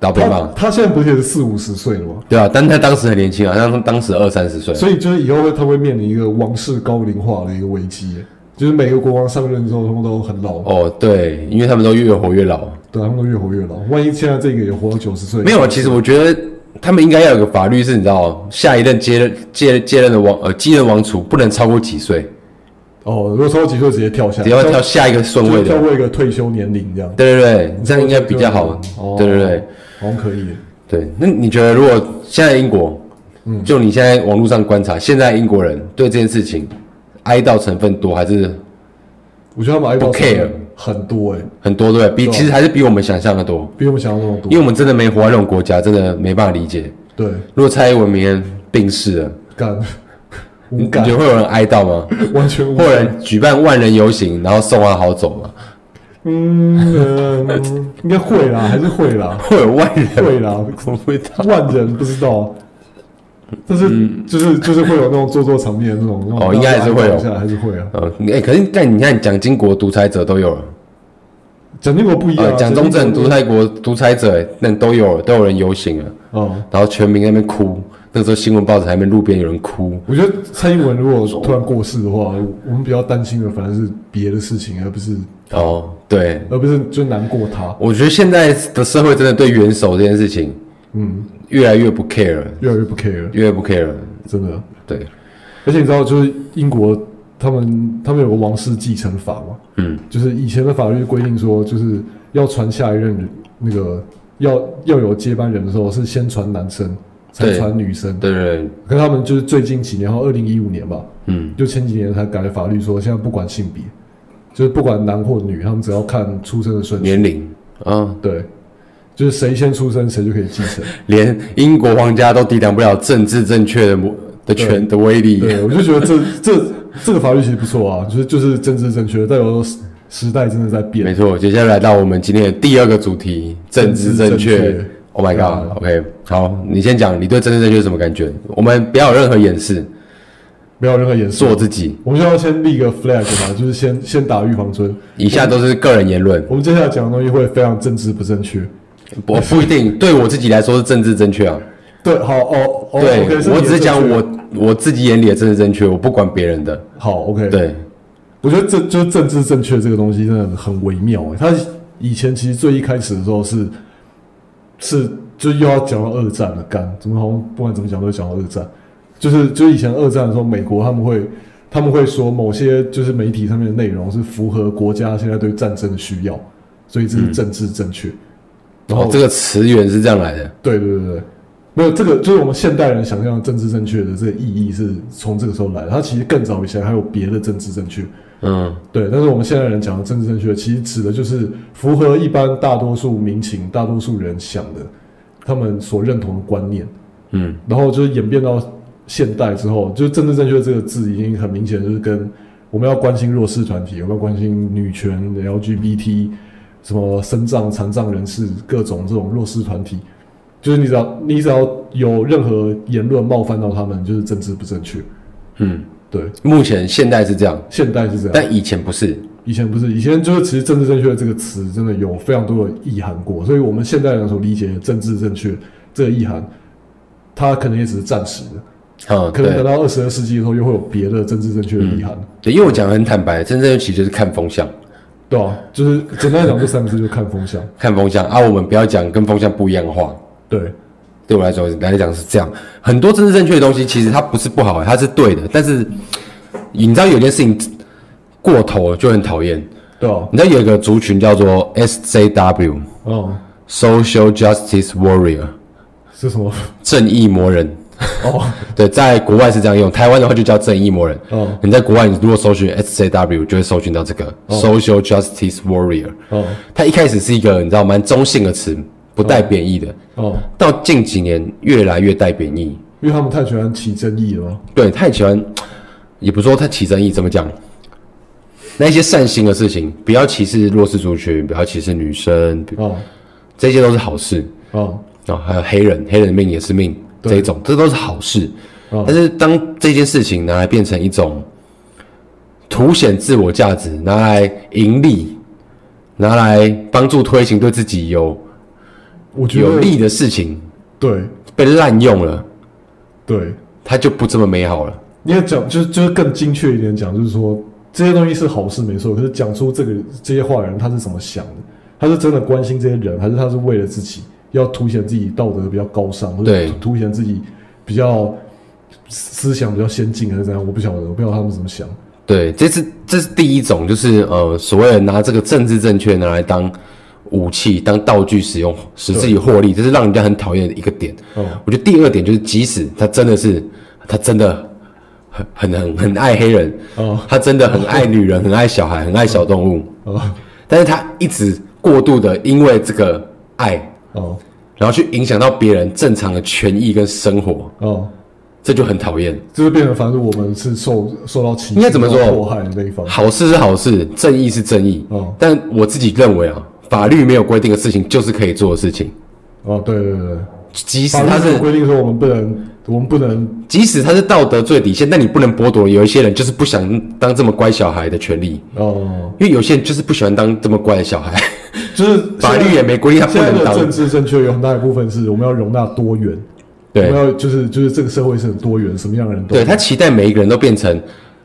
[SPEAKER 1] 然后被
[SPEAKER 2] 他
[SPEAKER 1] 骂。
[SPEAKER 2] 他现在不是也是四五十岁了吗？
[SPEAKER 1] 对啊，但他当时很年轻啊，好像当时二三十岁。
[SPEAKER 2] 所以就是以后他会面临一个王室高龄化的一个危机耶，就是每个国王上任之后，他们都很老，
[SPEAKER 1] 哦，对，因为他们都越活越老。
[SPEAKER 2] 对，他们都越活越老。万一现在这个也活到九十岁，
[SPEAKER 1] 没有，啊，其实我觉得他们应该要有个法律，是你知道，下一任接任接接任的王呃继任王储不能超过几岁，
[SPEAKER 2] 哦，如果超过几岁直接跳下来，
[SPEAKER 1] 只要跳下一个顺位
[SPEAKER 2] 就跳
[SPEAKER 1] 的。
[SPEAKER 2] 过一个退休年龄这样，
[SPEAKER 1] 对对对，这样应该比较好
[SPEAKER 2] 哦。
[SPEAKER 1] 对对对，
[SPEAKER 2] 好像可以耶。
[SPEAKER 1] 对，那你觉得如果现在英国，
[SPEAKER 2] 嗯
[SPEAKER 1] 就你现在网络上观察，现在英国人对这件事情哀悼成分多还是
[SPEAKER 2] 我 觉得他们哀
[SPEAKER 1] 不
[SPEAKER 2] 悼
[SPEAKER 1] care
[SPEAKER 2] 很多哎、
[SPEAKER 1] 很多，对不对？比
[SPEAKER 2] 对啊
[SPEAKER 1] 其实还是比我们想象的多，
[SPEAKER 2] 比我们想象中的
[SPEAKER 1] 因为
[SPEAKER 2] 多。
[SPEAKER 1] 我们真的没活在那种国家，真的没办法理解。
[SPEAKER 2] 对，
[SPEAKER 1] 如果蔡英文明天病逝了，
[SPEAKER 2] 干
[SPEAKER 1] 你
[SPEAKER 2] 无
[SPEAKER 1] 你
[SPEAKER 2] 感
[SPEAKER 1] 觉，得会有人哀悼吗？
[SPEAKER 2] 完全无
[SPEAKER 1] 会有
[SPEAKER 2] 感。
[SPEAKER 1] 人举办万人游行，然后送他好走吗？
[SPEAKER 2] 嗯，呃应该会啦，还是 会 啦，
[SPEAKER 1] 会有万人？
[SPEAKER 2] 会啦，
[SPEAKER 1] 我不知道。
[SPEAKER 2] 万人不知道。但是、就是就是会有那种做做场面的那种，那种
[SPEAKER 1] 嗯哦应该还是会有
[SPEAKER 2] 大家哀悼一下还是会啊。
[SPEAKER 1] 呃，哎、可是但你看，蒋经国独裁者都有 了，
[SPEAKER 2] 蒋经国不一样啊
[SPEAKER 1] 呃，，蒋中正独
[SPEAKER 2] 多
[SPEAKER 1] 裁国独裁者，哎那都有了，都有人游行了。
[SPEAKER 2] 哦。
[SPEAKER 1] 然后全民在那边哭，那时候新闻报纸还没路边有人哭，
[SPEAKER 2] 我觉得蔡英文如果突然过世的话，我我们比较担心的反而是别的事情，而不是
[SPEAKER 1] 哦，对，
[SPEAKER 2] 而不是就难过他。
[SPEAKER 1] 我觉得现在的社会真的对元首这件事情
[SPEAKER 2] 嗯，
[SPEAKER 1] 越来越不 care，了
[SPEAKER 2] 越来越不 care，
[SPEAKER 1] 越来越不 care，了
[SPEAKER 2] 真的。
[SPEAKER 1] 对，
[SPEAKER 2] 而且你知道，就是英国他们他们有个王室继承法嘛，
[SPEAKER 1] 嗯，
[SPEAKER 2] 就是以前的法律规定说，就是要传下一任人那个要要有接班人的时候，是先传男生，才
[SPEAKER 1] 对
[SPEAKER 2] 传女生。
[SPEAKER 1] 对对对，
[SPEAKER 2] 可是他们就是最近几年，然后二零一五年吧，
[SPEAKER 1] 嗯，
[SPEAKER 2] 就前几年才改法律说，现在不管性别，就是不管男或女，他们只要看出生的顺序，
[SPEAKER 1] 年龄啊，
[SPEAKER 2] 对，就是谁先出生谁就可以继 承。
[SPEAKER 1] 连英国皇家都抵挡不了政治正确的魔的权的威力，
[SPEAKER 2] 对，我就觉得这这这个法律其实不错啊，就是就是政治正确，代表说时时代真的在变。
[SPEAKER 1] 没错，接下来到我们今天的第二个主题——政治正确。
[SPEAKER 2] 政治正确
[SPEAKER 1] Oh my
[SPEAKER 2] 对啊
[SPEAKER 1] god！OK，、好，你先讲你对政治正确是什么感觉？我们不要有任何掩饰，
[SPEAKER 2] 没有任何演
[SPEAKER 1] 做
[SPEAKER 2] 说。
[SPEAKER 1] 自己。
[SPEAKER 2] 我们需要先立一个 flag 嘛，就是先先打预防针。
[SPEAKER 1] 以下都是个人言论，
[SPEAKER 2] 我们接下来讲的东西会非常政治不正确。
[SPEAKER 1] 我不一定对我自己来说是政治正确啊。
[SPEAKER 2] 对，好哦，哦
[SPEAKER 1] 对
[SPEAKER 2] OK，
[SPEAKER 1] 我只是讲
[SPEAKER 2] 正确
[SPEAKER 1] 我我自己眼里的政治正确，我不管别人的。
[SPEAKER 2] 好 OK。，
[SPEAKER 1] 对，
[SPEAKER 2] 我觉得这就是政治正确这个东西真的很微妙、欸。它以前其实最一开始的时候是是就又要讲到二战了，干怎么好像不管怎么讲都讲到二战，就是就是以前二战的时候，美国他们会他们会说某些就是媒体上面的内容是符合国家现在对战争的需要，所以这是
[SPEAKER 1] 嗯
[SPEAKER 2] 政治正确。然
[SPEAKER 1] 哦
[SPEAKER 2] 后，
[SPEAKER 1] 这个词源是这样来的。
[SPEAKER 2] 对对对对，没有这个就是我们现代人想象的政治正确的这个意义是从这个时候来的。它其实更早以前还有别的政治正确，
[SPEAKER 1] 嗯，
[SPEAKER 2] 对。但是我们现代人讲的政治正确，其实指的就是符合一般大多数民情、大多数人想的，他们所认同的观念。
[SPEAKER 1] 嗯，
[SPEAKER 2] 然后就是演变到现代之后，就是政治正确这个字已经很明显就是跟我们要关心弱势团体，我们要关心女权、LGBT，什么身障、残障人士各种这种弱势团体，就是你只要你只要有任何言论冒犯到他们，就是政治不正确。
[SPEAKER 1] 嗯，
[SPEAKER 2] 对，
[SPEAKER 1] 目前现代是这样，
[SPEAKER 2] 现代是这样，
[SPEAKER 1] 但以前不是。
[SPEAKER 2] 以前不是，以前就是其实政治正确这个词真的有非常多的意涵过，所以我们现代人所理解的政治正确这个意涵，它可能也只是暂时的。
[SPEAKER 1] 嗯，
[SPEAKER 2] 可能等
[SPEAKER 1] 对，嗯
[SPEAKER 2] 到二十二世纪的时候，又会有别的政治正确的遗憾，
[SPEAKER 1] 对，因为我讲得很坦白，政治正确其实就是看风向，
[SPEAKER 2] 对啊，就是简单来讲，这三个字就看风向。
[SPEAKER 1] 看风向啊。我们不要讲跟风向不一样的话，
[SPEAKER 2] 对，
[SPEAKER 1] 对我来说来讲是这样，很多政治正确的东西，其实它不是不好，它是对的。但是你知道有件事情过头了就很讨厌。
[SPEAKER 2] 对啊，
[SPEAKER 1] 你知道有一个族群叫做 SJW（Social
[SPEAKER 2] 哦，
[SPEAKER 1] Justice Warrior），
[SPEAKER 2] 是什么？
[SPEAKER 1] 正义魔人。
[SPEAKER 2] 哦，
[SPEAKER 1] 对，在国外是这样用，台湾的话就叫正义魔人。
[SPEAKER 2] 哦，
[SPEAKER 1] 你在国外，你如果搜寻 SJW，就会搜寻到这个 Social Justice Warrior。
[SPEAKER 2] 哦，
[SPEAKER 1] 它一开始是一个你知道蛮中性的词，不带贬义的，
[SPEAKER 2] 哦，
[SPEAKER 1] 到近几年越来越带贬义。
[SPEAKER 2] 因为他们太喜欢起争议了嘛。
[SPEAKER 1] 对，太喜欢，也不说太起争议，怎么讲？那一些善心的事情，不要歧视弱势族群，不要歧视女生，不
[SPEAKER 2] 哦，
[SPEAKER 1] 这些都是好事
[SPEAKER 2] 哦，
[SPEAKER 1] 啊、还有黑人，黑人的命也是命，
[SPEAKER 2] 对
[SPEAKER 1] 这一种，这都是好事。
[SPEAKER 2] 哦
[SPEAKER 1] 但是当这件事情拿来变成一种凸显自我价值，拿来盈利，拿来帮助推行对自己有
[SPEAKER 2] 我觉
[SPEAKER 1] 有
[SPEAKER 2] 得
[SPEAKER 1] 利的事情，
[SPEAKER 2] 对
[SPEAKER 1] 被滥用了，
[SPEAKER 2] 对，
[SPEAKER 1] 它就不这么美好了。
[SPEAKER 2] 你要讲，就是就是更精确一点讲，就是说这些东西是好事没错，可是讲出这个这些话的人他是怎么想的？他是真的关心这些人，还是他是为了自己要凸显自己道德比较高尚，或者
[SPEAKER 1] 对
[SPEAKER 2] 凸凸显自己比较思想比较先进，还是怎样？我不晓得，我不知道他们怎么想。
[SPEAKER 1] 对，这是这是第一种，就是呃，所谓的拿这个政治正确拿来当武器、当道具使用，使自己获利，这是让人家很讨厌的一个点。
[SPEAKER 2] 哦
[SPEAKER 1] 我觉得第二点就是，即使他真的是，他真的很很很很爱黑人，
[SPEAKER 2] 哦
[SPEAKER 1] 他真的很爱女人，很爱小孩，很爱小动物，
[SPEAKER 2] 哦
[SPEAKER 1] 但是他一直过度的因为这个爱，
[SPEAKER 2] 哦
[SPEAKER 1] 然后去影响到别人正常的权益跟生活，
[SPEAKER 2] 哦，
[SPEAKER 1] 这就很讨厌。
[SPEAKER 2] 就是变成反正我们是受受到歧视、
[SPEAKER 1] 应该怎么说
[SPEAKER 2] 受到迫害的那一方。
[SPEAKER 1] 好事是好事，正义是正义。
[SPEAKER 2] 哦
[SPEAKER 1] 但我自己认为啊，法律没有规定的事情就是可以做的事情，
[SPEAKER 2] 哦，对对对对，
[SPEAKER 1] 即使
[SPEAKER 2] 法律
[SPEAKER 1] 它
[SPEAKER 2] 有
[SPEAKER 1] 是
[SPEAKER 2] 规定说我们不能，我们不能
[SPEAKER 1] 即使它是道德最底线，但你不能剥夺有一些人就是不想当这么乖小孩的权利，
[SPEAKER 2] 哦，
[SPEAKER 1] 因为有些人就是不喜欢当这么乖的小 孩，
[SPEAKER 2] 就是
[SPEAKER 1] 法律也没规定他不
[SPEAKER 2] 现在
[SPEAKER 1] 能
[SPEAKER 2] 的政
[SPEAKER 1] 当。
[SPEAKER 2] 治正确有很大一部分是我们要容纳多元，我
[SPEAKER 1] 对，
[SPEAKER 2] 们要就是就是这个社会是很多元，什么样的人都
[SPEAKER 1] 哎对
[SPEAKER 2] 有。
[SPEAKER 1] 他期待每一个人都变成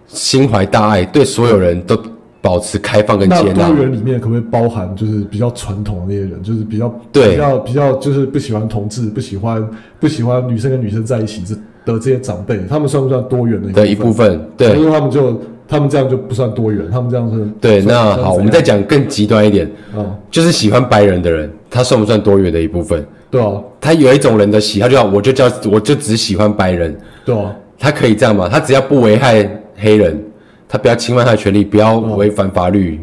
[SPEAKER 1] 心怀大爱，对所有人都保持开放跟
[SPEAKER 2] 那
[SPEAKER 1] 接纳
[SPEAKER 2] 多。元里面可不可以包含就是比较传统的那些人，就是比较
[SPEAKER 1] 对
[SPEAKER 2] 比较比较就是不喜欢同志，不喜欢不喜欢女生跟女生在一起这的这些长辈，他们算不算多元的
[SPEAKER 1] 的
[SPEAKER 2] 一
[SPEAKER 1] 一
[SPEAKER 2] 部分？
[SPEAKER 1] 部分，
[SPEAKER 2] 因
[SPEAKER 1] 对
[SPEAKER 2] 为他们就他们这样就不算多元，他们这样是
[SPEAKER 1] 对。
[SPEAKER 2] 算
[SPEAKER 1] 那
[SPEAKER 2] 算
[SPEAKER 1] 好，
[SPEAKER 2] 怎
[SPEAKER 1] 我们再
[SPEAKER 2] 样
[SPEAKER 1] 讲更极端一点，
[SPEAKER 2] 嗯，
[SPEAKER 1] 就是喜欢白人的人，他算不算多元的一部分？
[SPEAKER 2] 对啊
[SPEAKER 1] 他有一种人的喜好，就叫我就叫我就只喜欢白人，
[SPEAKER 2] 对啊
[SPEAKER 1] 他可以这样吗？他只要不危害黑人，他不要侵犯他的权利，不要违反法律，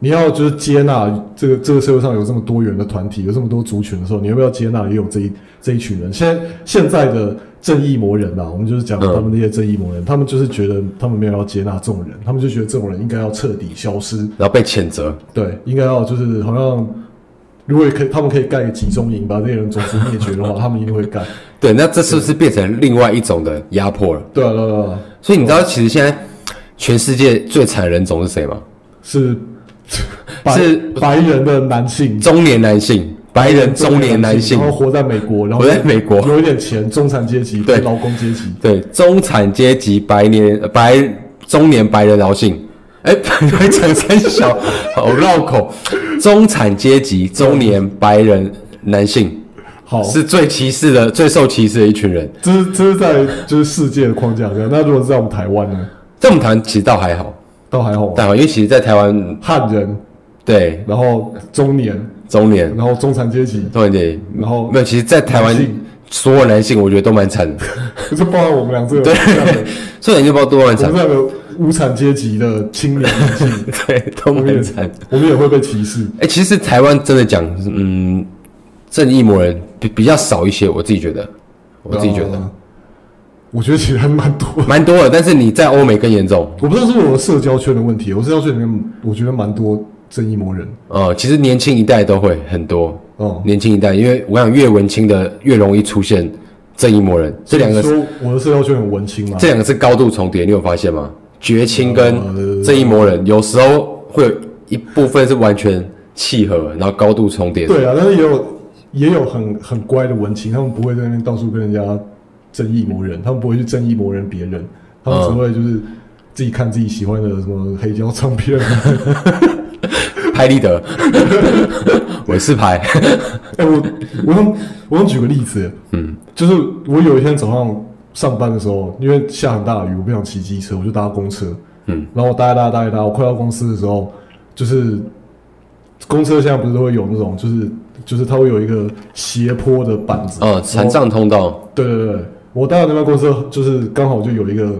[SPEAKER 2] 你要就是接纳这个这个社会上有这么多元的团体，有这么多族群的时候，你要不要接纳也有这一这一群人？现在现在的正义魔人啊，我们就是讲他们那些正义魔人，他们就是觉得他们没有要接纳这种人，他们就觉得这种人应该要彻底消失，
[SPEAKER 1] 然后被谴责，
[SPEAKER 2] 对，应该要就是好像如果可以，他们可以盖个集中营，把这些人种族灭绝的话，他们一定会干。
[SPEAKER 1] 对，那这是不是变成另外一种的压迫了？
[SPEAKER 2] 对啊，对啊，对啊，
[SPEAKER 1] 所以你知道，其实现在全世界最惨的人种是谁吗？
[SPEAKER 2] 是白
[SPEAKER 1] 是
[SPEAKER 2] 白人的男性，
[SPEAKER 1] 中年男性，白人中年男性
[SPEAKER 2] 然，后活在美国，然后
[SPEAKER 1] 活在美国
[SPEAKER 2] 有一点钱，中产阶级，
[SPEAKER 1] 对
[SPEAKER 2] 劳工阶级，
[SPEAKER 1] 对，中产阶级白年呃白中年白人劳性。哎， 还讲三小，好绕口。中产阶级中年白人男性
[SPEAKER 2] 好，
[SPEAKER 1] 是最歧视的、最受歧视的一群人。
[SPEAKER 2] 这是这是在就是世界的框架这样。那如果是在我们台湾呢，
[SPEAKER 1] 在我们台湾其实倒还好，
[SPEAKER 2] 倒还好，啊
[SPEAKER 1] 但好，因为其实，在台湾
[SPEAKER 2] 汉人，
[SPEAKER 1] 对
[SPEAKER 2] 然后中年，
[SPEAKER 1] 中年
[SPEAKER 2] 然后中产阶级，
[SPEAKER 1] 中年阶级，
[SPEAKER 2] 然后
[SPEAKER 1] 没有，其实，在台湾
[SPEAKER 2] 男性
[SPEAKER 1] 所有男性，我觉得都蛮惨的，
[SPEAKER 2] 就包含我们俩这个，
[SPEAKER 1] 对
[SPEAKER 2] 这样的，
[SPEAKER 1] 所有男性不知道多蛮
[SPEAKER 2] 我
[SPEAKER 1] 惨
[SPEAKER 2] 们，这个无产阶级的青年男 性，
[SPEAKER 1] 对，都
[SPEAKER 2] 我们也
[SPEAKER 1] 蛮惨。
[SPEAKER 2] 我们也会被歧视。
[SPEAKER 1] 哎、其实台湾真的讲，嗯，正义魔人比比较少一些，我自己觉得，我自己觉得
[SPEAKER 2] 呃，我觉得其实还蛮多的。
[SPEAKER 1] 蛮多的。但是你在欧美更严重，
[SPEAKER 2] 我不知道是不是我的社交圈的问题，我社交圈里面我觉得蛮多正义魔人
[SPEAKER 1] 呃，其实年轻一代都会很多，
[SPEAKER 2] 哦。
[SPEAKER 1] 年轻一代，因为我想越文青的越容易出现正义魔人，这两个
[SPEAKER 2] 你说我的社交圈很文青嘛
[SPEAKER 1] 这，两个是高度重叠，你有发现吗？绝青跟
[SPEAKER 2] 呃
[SPEAKER 1] 正义魔人有时候会有一部分是完全契合，然后高度重叠的。
[SPEAKER 2] 对啊，但是也有也有很很乖的文青，他们不会在那边到处跟人家正义魔人，他们不会去正义魔人别人，
[SPEAKER 1] 嗯
[SPEAKER 2] 他们只会就是自己看自己喜欢的什么黑胶唱片。啊
[SPEAKER 1] 拍立 得，我是拍，
[SPEAKER 2] 哎、我我想我想举个例子，嗯，就是我有一天早上上班的时候，因为下很大的雨，我不想骑机车，我就搭公车，
[SPEAKER 1] 嗯，
[SPEAKER 2] 然后我搭一搭搭一搭，我快到公司的时候，就是公车现在不是都会有那种，就是就是它会有一个斜坡的板子，
[SPEAKER 1] 哦，残障通道。
[SPEAKER 2] 对对对，我搭的那班公车就是刚好就有一个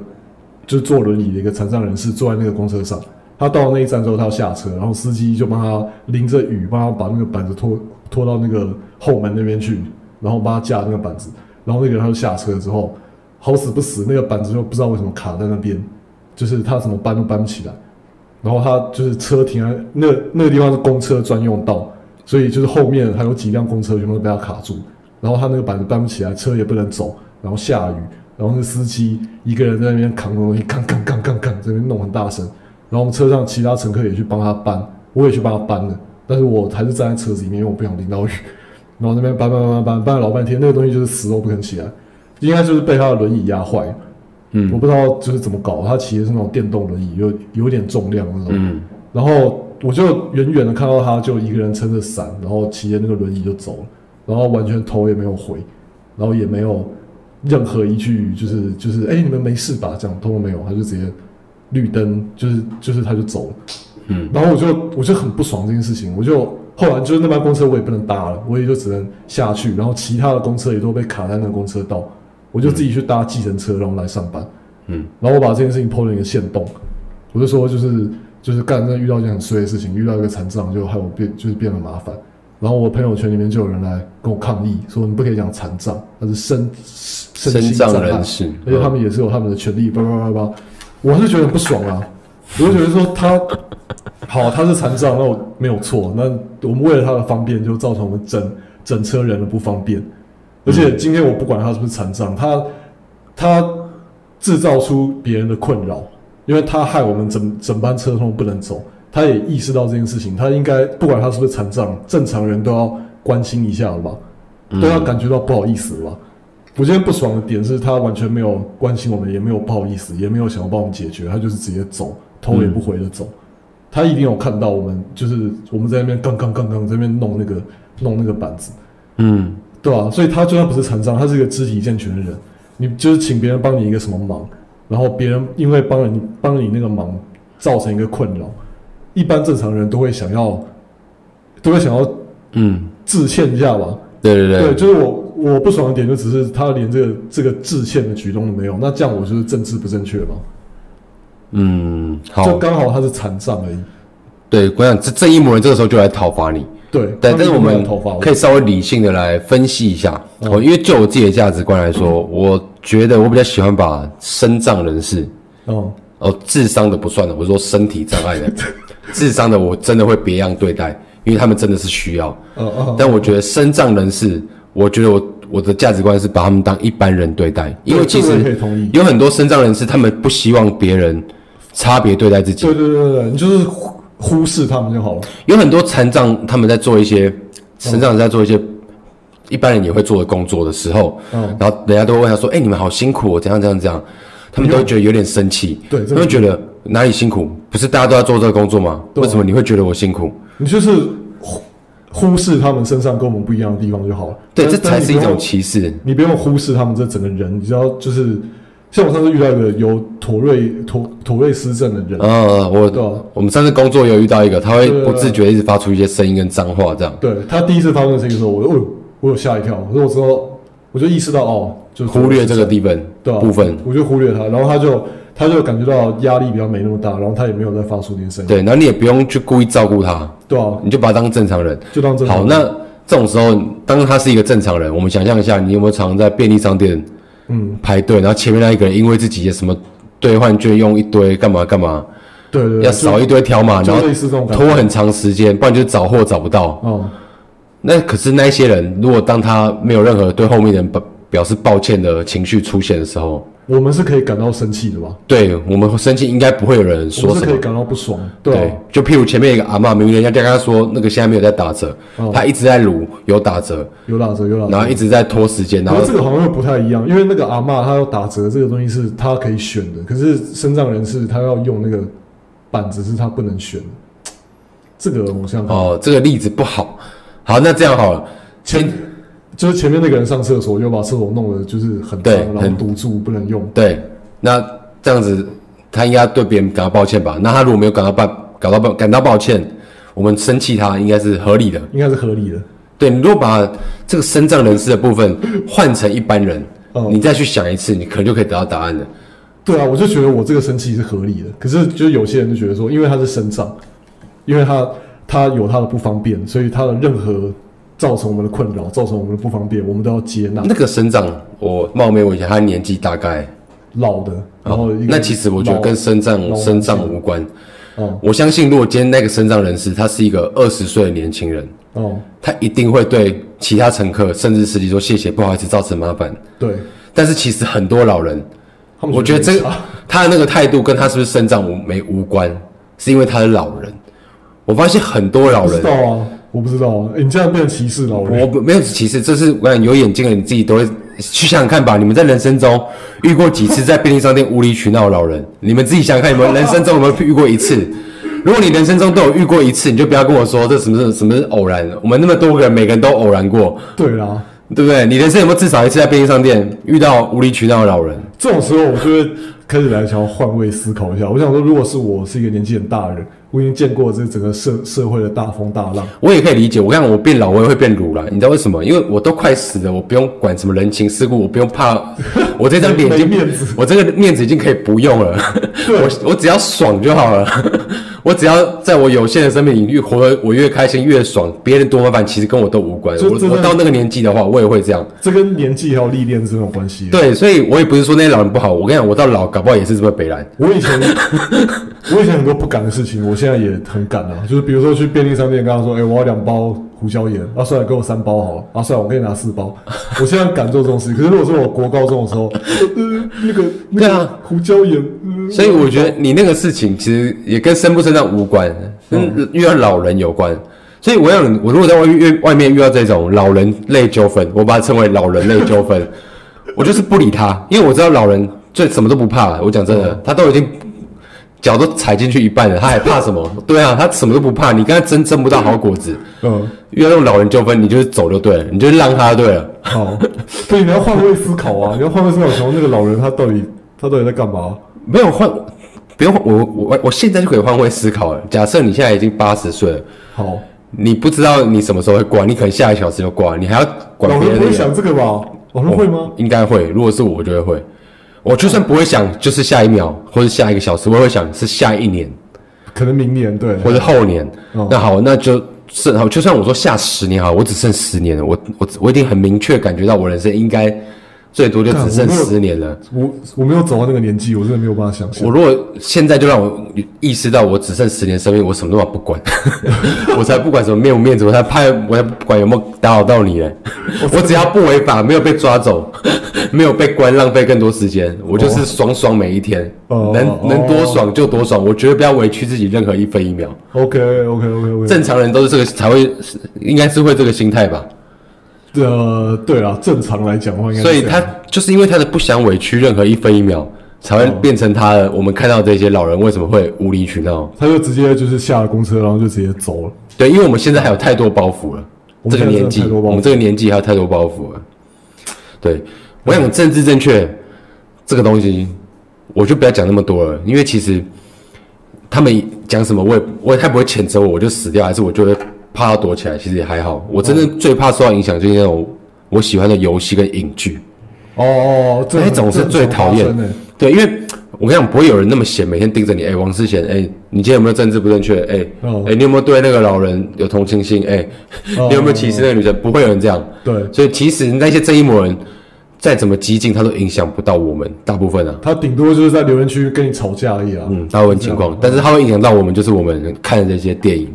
[SPEAKER 2] 就是坐轮椅的一个残障人士坐在那个公车上，他到那一站之后他要下车，然后司机就帮他淋着雨帮他把那个板子拖拖到那个后门那边去，然后帮他架那个板子，然后那个人他就下车之后，好死不死那个板子就不知道为什么卡在那边，就是他怎么搬都搬不起来。然后他就是车停在那那个地方是公车专用道，所以就是后面还有几辆公车全部都被他卡住，然后他那个板子搬不起来，车也不能走，然后下雨，然后那司机一个人在那边扛东西，扛扛扛扛扛，在那边弄很大声，然后我们车上其他乘客也去帮他搬，我也去帮他搬了，但是我还是站在车子里面，因为我不想淋到雨，然后那边搬搬搬搬搬搬了老半天，那个东西就是死都不肯起来，应该就是被他的轮椅压坏，
[SPEAKER 1] 嗯
[SPEAKER 2] 我不知道就是怎么搞，他骑的是那种电动轮椅，有有点重量那种，
[SPEAKER 1] 嗯，
[SPEAKER 2] 然后我就远远的看到他就一个人撑着伞，然后骑着那个轮椅就走了，然后完全头也没有回，然后也没有任何一句就是就是哎、你们没事吧？这样通通没有，他就直接绿灯，就是就是他就走了。
[SPEAKER 1] 嗯，
[SPEAKER 2] 然后我就我就很不爽这件事情，我就后来就是那班公车我也不能搭了，我也就只能下去，然后其他的公车也都被卡在那个公车道，我就自己去搭计程车，然后来上班。
[SPEAKER 1] 嗯，
[SPEAKER 2] 然后我把这件事情抛了一个线动，我就说就是就是干，真的遇到一件很衰的事情，遇到一个残障就害我变就是变得麻烦。然后我朋友圈里面就有人来跟我抗议，说你不可以讲残障，他是身身
[SPEAKER 1] 身
[SPEAKER 2] 心障
[SPEAKER 1] 障
[SPEAKER 2] 碍
[SPEAKER 1] 人，士，
[SPEAKER 2] 而且他们也是有他们的权利，叭叭叭叭叭，我还是觉得很不爽啊！我就觉得说他好，他是残障，那我没有错，那我们为了他的方便，就造成我们整整车人的不方便。而且今天我不管他是不是残障，他他制造出别人的困扰，因为他害我们整整班车通不能走。他也意识到这件事情，他应该不管他是不是残障，正常人都要关心一下了吧，
[SPEAKER 1] 嗯
[SPEAKER 2] 都要感觉到不好意思了吧。我今天不爽的点是他完全没有关心我们，也没有不好意思，也没有想要帮我们解决，他就是直接走，头也不回的走。他一定有看到我们，就是我们在那边杠杠杠杠在那边弄那个弄那个板子，
[SPEAKER 1] 嗯，
[SPEAKER 2] 对吧、所以他就算不是残障，他是一个肢体健全的人，你就是请别人帮你一个什么忙，然后别人因为帮了你帮你那个忙，造成一个困扰，一般正常人都会想要，都会想要
[SPEAKER 1] 嗯，
[SPEAKER 2] 致歉一下吧。
[SPEAKER 1] 对对对，
[SPEAKER 2] 对，就是我我不爽的点就只是他连这个这个致歉的举动都没有，那这样我就是政治不正确嘛？
[SPEAKER 1] 嗯，
[SPEAKER 2] 就
[SPEAKER 1] 好，
[SPEAKER 2] 刚好他是残障而已，
[SPEAKER 1] 对，我想这这一魔人这个时候就来讨伐你，
[SPEAKER 2] 对，
[SPEAKER 1] 对，但
[SPEAKER 2] 他
[SPEAKER 1] 是我
[SPEAKER 2] 没有
[SPEAKER 1] 们
[SPEAKER 2] 头发
[SPEAKER 1] 可以稍微理性的来分析一下
[SPEAKER 2] 嗯
[SPEAKER 1] 哦，因为就我自己的价值观来说，我觉得我比较喜欢把身障人士
[SPEAKER 2] 哦，
[SPEAKER 1] 哦，智商的不算了，我说身体障碍 的，智商的我真的会别样对待，因为他们真的是需要。
[SPEAKER 2] 嗯嗯
[SPEAKER 1] 但我觉得身障人士，我觉得我我的价值观是把他们当一般人对待，因为
[SPEAKER 2] 对
[SPEAKER 1] 其
[SPEAKER 2] 这个我也可以
[SPEAKER 1] 实
[SPEAKER 2] 同意
[SPEAKER 1] 有很多身障人士，他们不希望别人差别对待自己
[SPEAKER 2] 对。对对对对，你就是忽忽视他们就好了。
[SPEAKER 1] 有很多残障，他们在做一些
[SPEAKER 2] 嗯
[SPEAKER 1] 身障人在做一些一般人也会做的工作的时候，
[SPEAKER 2] 嗯
[SPEAKER 1] 然后人家都会问他说：“哎、你们好辛苦哦，怎样怎样怎样。”他们都会觉得有点生气，
[SPEAKER 2] 对
[SPEAKER 1] 他
[SPEAKER 2] 这
[SPEAKER 1] 们
[SPEAKER 2] 个
[SPEAKER 1] 会觉得哪里辛苦？不是大家都在做这个工作吗？
[SPEAKER 2] 对啊
[SPEAKER 1] 为什么你会觉得我辛苦？
[SPEAKER 2] 你就是忽忽视他们身上跟我们不一样的地方就好了。
[SPEAKER 1] 对，
[SPEAKER 2] 但
[SPEAKER 1] 这才
[SPEAKER 2] 但
[SPEAKER 1] 是
[SPEAKER 2] 你
[SPEAKER 1] 一
[SPEAKER 2] 不用
[SPEAKER 1] 种歧视。
[SPEAKER 2] 你不用忽视他们这整个人，你知道，就是像我上次遇到一个有妥瑞妥妥瑞斯症的人，
[SPEAKER 1] 呃，
[SPEAKER 2] 对啊
[SPEAKER 1] 我我们上次工作也有遇到一个，他会
[SPEAKER 2] 对啊
[SPEAKER 1] 不自觉一直发出一些声音跟脏话，这样
[SPEAKER 2] 对他第一次发生这个时候，我就哦，我有吓一跳，我说我知道，我就意识到哦，就是
[SPEAKER 1] 忽略这个地方
[SPEAKER 2] 对啊
[SPEAKER 1] 部分。
[SPEAKER 2] 我就忽略他，然后他就他就感觉到压力比较没那么大，然后他也没有再发出那些声音，
[SPEAKER 1] 对，然后你也不用去故意照顾他，
[SPEAKER 2] 对啊，
[SPEAKER 1] 你就把他当正常人。
[SPEAKER 2] 就当这
[SPEAKER 1] 好，那这种时候，当他是一个正常人，我们想象一下，你有没有常在便利商店
[SPEAKER 2] 嗯，
[SPEAKER 1] 排队，然后前面那一个人因为自己的什么兑换券用一堆干嘛干嘛，
[SPEAKER 2] 对对对，啊
[SPEAKER 1] 要少一堆条码，
[SPEAKER 2] 就
[SPEAKER 1] 然后
[SPEAKER 2] 类似这种感觉
[SPEAKER 1] 拖很长时间，不然就找货找不到。
[SPEAKER 2] 哦、
[SPEAKER 1] 那可是那一些人，如果当他没有任何对后面的人表表示抱歉的情绪出现的时候，
[SPEAKER 2] 我们是可以感到生气的吧？
[SPEAKER 1] 对我们生气应该不会有人
[SPEAKER 2] 我
[SPEAKER 1] 说
[SPEAKER 2] 们是
[SPEAKER 1] 什
[SPEAKER 2] 可
[SPEAKER 1] 么
[SPEAKER 2] 以。感到不爽，对啊
[SPEAKER 1] 对，就譬如前面一个阿嬷，明明人家跟他说那个现在没有在打折，
[SPEAKER 2] 哦
[SPEAKER 1] 他一直在撸有打折，
[SPEAKER 2] 有打折有打折，
[SPEAKER 1] 然后一直在拖时间，然
[SPEAKER 2] 然
[SPEAKER 1] 后
[SPEAKER 2] 后这个好像又不太一样，因为那个阿嬷她要打折这个东西是她可以选的，可是身障人士她要用那个板子是她不能选的。这个我想想看，
[SPEAKER 1] 哦，这个例子不好。好，那这样好了，
[SPEAKER 2] 前就是前面那个人上厕所又把厕所弄得就是很脏
[SPEAKER 1] 对，
[SPEAKER 2] 然后
[SPEAKER 1] 很
[SPEAKER 2] 堵住不能用。
[SPEAKER 1] 对，那这样子他应该对别人感到抱歉吧？那他如果没有感到抱感到抱感到抱歉，我们生气他应该是合理的。
[SPEAKER 2] 应该是合理的，
[SPEAKER 1] 对你如果把这个身障人士的部分换成一般人，
[SPEAKER 2] 哦
[SPEAKER 1] 你再去想一次，你可能就可以得到答案了。
[SPEAKER 2] 对啊，我就觉得我这个生气是合理的。可是就是有些人就觉得说，因为他是身障，因为他他有他的不方便，所以他的任何造成我们的困扰、造成我们的不方便，我们都要接纳。
[SPEAKER 1] 那个身障，我冒昧问一下，他年纪大概？
[SPEAKER 2] 老的，然后一个
[SPEAKER 1] 那其实我觉得
[SPEAKER 2] 老
[SPEAKER 1] 跟身障
[SPEAKER 2] 老
[SPEAKER 1] 身障无关。
[SPEAKER 2] 哦
[SPEAKER 1] 我相信，如果今天那个身障人士他是一个二十岁的年轻人，
[SPEAKER 2] 哦，
[SPEAKER 1] 他一定会对其他乘客甚至司机说谢谢，不好意思造成麻烦。
[SPEAKER 2] 对，
[SPEAKER 1] 但是其实很多老人，
[SPEAKER 2] 他们
[SPEAKER 1] 我觉得这
[SPEAKER 2] 没
[SPEAKER 1] 个
[SPEAKER 2] 差
[SPEAKER 1] 他的那个态度跟他是不是身障无没无关，是因为他是老人。我发现很多老
[SPEAKER 2] 不知道
[SPEAKER 1] 人，
[SPEAKER 2] 啊，我不知道啊，诶你这样变成歧视老人，
[SPEAKER 1] 我不没有歧视，这是我想有眼睛的你自己都会去想想看吧。你们在人生中遇过几次在便利商店无理取闹的老人？你们自己想想看，你们人生中有没有遇过一次？ 如果你人生中都有遇过一次，你就不要跟我说这什么什么是偶然。我们那么多个人，每个人都偶然过，
[SPEAKER 2] 对啦，
[SPEAKER 1] 对不对？你人生有没有至少一次在便利商店遇到无理取闹的老人？
[SPEAKER 2] 这种时候我就会开始来想要换位思考一下。我想说，如果是我是一个年纪很大的人，我已经见过这整个社社会的大风大浪，
[SPEAKER 1] 我也可以理解，我看我变老，我也会变鲁了，你知道为什么？因为我都快死了，我不用管什么人情世故，我不用怕， 我这张脸已经
[SPEAKER 2] 没面子，
[SPEAKER 1] 我这个面子已经可以不用了，我我只要爽就好了， 我只要在我有限的生命领域活得我越开心越爽，别人多麻烦其实跟我都无关。
[SPEAKER 2] 就
[SPEAKER 1] 我
[SPEAKER 2] 真的
[SPEAKER 1] 我到那个年纪的话，我也会这样。
[SPEAKER 2] 这跟年纪还有历练是没有关系。，
[SPEAKER 1] 对，所以我也不是说那些老人不好，我跟你讲，我到老搞不好也是这么北兰。
[SPEAKER 2] 我以前我以前很多不敢的事情，我现在也很敢啊。就是比如说去便利商店跟他说，哎、我要两包胡椒盐，啊，算了，给我三包好了，啊，算了，我给你拿四包。 我现在敢做这种事情，可是如果是我国高中的时候，呃，那个那
[SPEAKER 1] 对
[SPEAKER 2] 个
[SPEAKER 1] 啊
[SPEAKER 2] 胡椒盐，呃
[SPEAKER 1] 所以我觉得你那个事情其实也跟生不生长无关，跟遇到老人有关。所以我要，我如果在外面外面遇到这种老人类纠纷，我把它称为老人类纠 纷，我就是不理他，因为我知道老人最什么都不怕。我讲真的，他都已经脚都踩进去一半了，他还怕什 么？对啊，他什么都不怕，你跟他争争不到好果子。
[SPEAKER 2] 嗯，
[SPEAKER 1] 遇到那种老人纠纷，你就是走就对了，你就让他就对了。
[SPEAKER 2] 好，所以你要换位思考啊，你要换位思考，想那个老人他到底他到底在干嘛？
[SPEAKER 1] 没有换，不用换我我我现在就可以换位思考了。假设你现在已经八十岁了。
[SPEAKER 2] 好，
[SPEAKER 1] 你不知道你什么时候会挂，你可能下一小时就挂，你还要管
[SPEAKER 2] 老
[SPEAKER 1] 别人
[SPEAKER 2] 人不
[SPEAKER 1] 的
[SPEAKER 2] 会
[SPEAKER 1] 眼哦
[SPEAKER 2] 想这个吧？老人会吗？
[SPEAKER 1] 应该会，如果是我，我就会会。我就算不会想，就是下一秒或者下一个小时，我也会想是下一年。
[SPEAKER 2] 可能明年对，
[SPEAKER 1] 或者后年。
[SPEAKER 2] 哦
[SPEAKER 1] 那好，那就剩好，就算我说下十年好，我只剩十年了，我我我一定很明确感觉到我人生应该最多就只剩
[SPEAKER 2] 干我没有
[SPEAKER 1] 十年了。
[SPEAKER 2] 我我没有走到那个年纪，我真的没有办法想象
[SPEAKER 1] 我。如果现在就让我意识到我只剩十年生命，我什么都不管， 我才不管什么面不面子，我才怕，我才不管有没有打扰到你嘞。我只要不违法，没有被抓走，没有被关，浪费更多时间，我就是爽爽每一天，
[SPEAKER 2] 哦哦
[SPEAKER 1] 能能多爽就多爽，我绝对不要委屈自己任何一分一秒。
[SPEAKER 2] OK OK OK OK，
[SPEAKER 1] 正常人都是这个才会，应该是会这个心态吧。
[SPEAKER 2] 呃对啦，正常来讲的话应该
[SPEAKER 1] 所
[SPEAKER 2] 是
[SPEAKER 1] 以
[SPEAKER 2] 这
[SPEAKER 1] 他
[SPEAKER 2] 样，
[SPEAKER 1] 就是因为他的不想委屈任何一分一秒，才会变成他的我们看到这些老人为什么会无理取闹。
[SPEAKER 2] 他就直接就是下了公车，然后就直接走了。
[SPEAKER 1] 对，因为我们现在还有太多包袱了，
[SPEAKER 2] 我
[SPEAKER 1] 这
[SPEAKER 2] 们
[SPEAKER 1] 个
[SPEAKER 2] 现在
[SPEAKER 1] 年纪，
[SPEAKER 2] 真的太多包袱
[SPEAKER 1] 我们这个年纪还有太多包袱了。对，我想政治正确这个东西，我就不要讲那么多了，因为其实他们讲什么，我也我也太不会谴责我，我就死掉，还是我就会怕要躲起来，其实也还好。我真的
[SPEAKER 2] 嗯
[SPEAKER 1] 最怕受到影响就是那种我喜欢的游戏跟影剧。
[SPEAKER 2] 哦哦，这
[SPEAKER 1] 那哎种是最讨厌
[SPEAKER 2] 的。
[SPEAKER 1] 对，因为我跟你讲，不会有人那么闲，每天盯着你。哎、王思贤，哎、你今天有没有政治不正确？哎、
[SPEAKER 2] 哦
[SPEAKER 1] 哎、你有没有对那个老人有同情心？哎、
[SPEAKER 2] 哦
[SPEAKER 1] 你有没有歧视那个女生？不会有人这样。
[SPEAKER 2] 对
[SPEAKER 1] 所以其实那些正义魔人再怎么激进，他都影响不到我们大部分啊，
[SPEAKER 2] 他顶多就是在留言区跟你吵架而已啊。
[SPEAKER 1] 嗯，大部分情况，但是他会影响到我们，就是我们看的这些电影、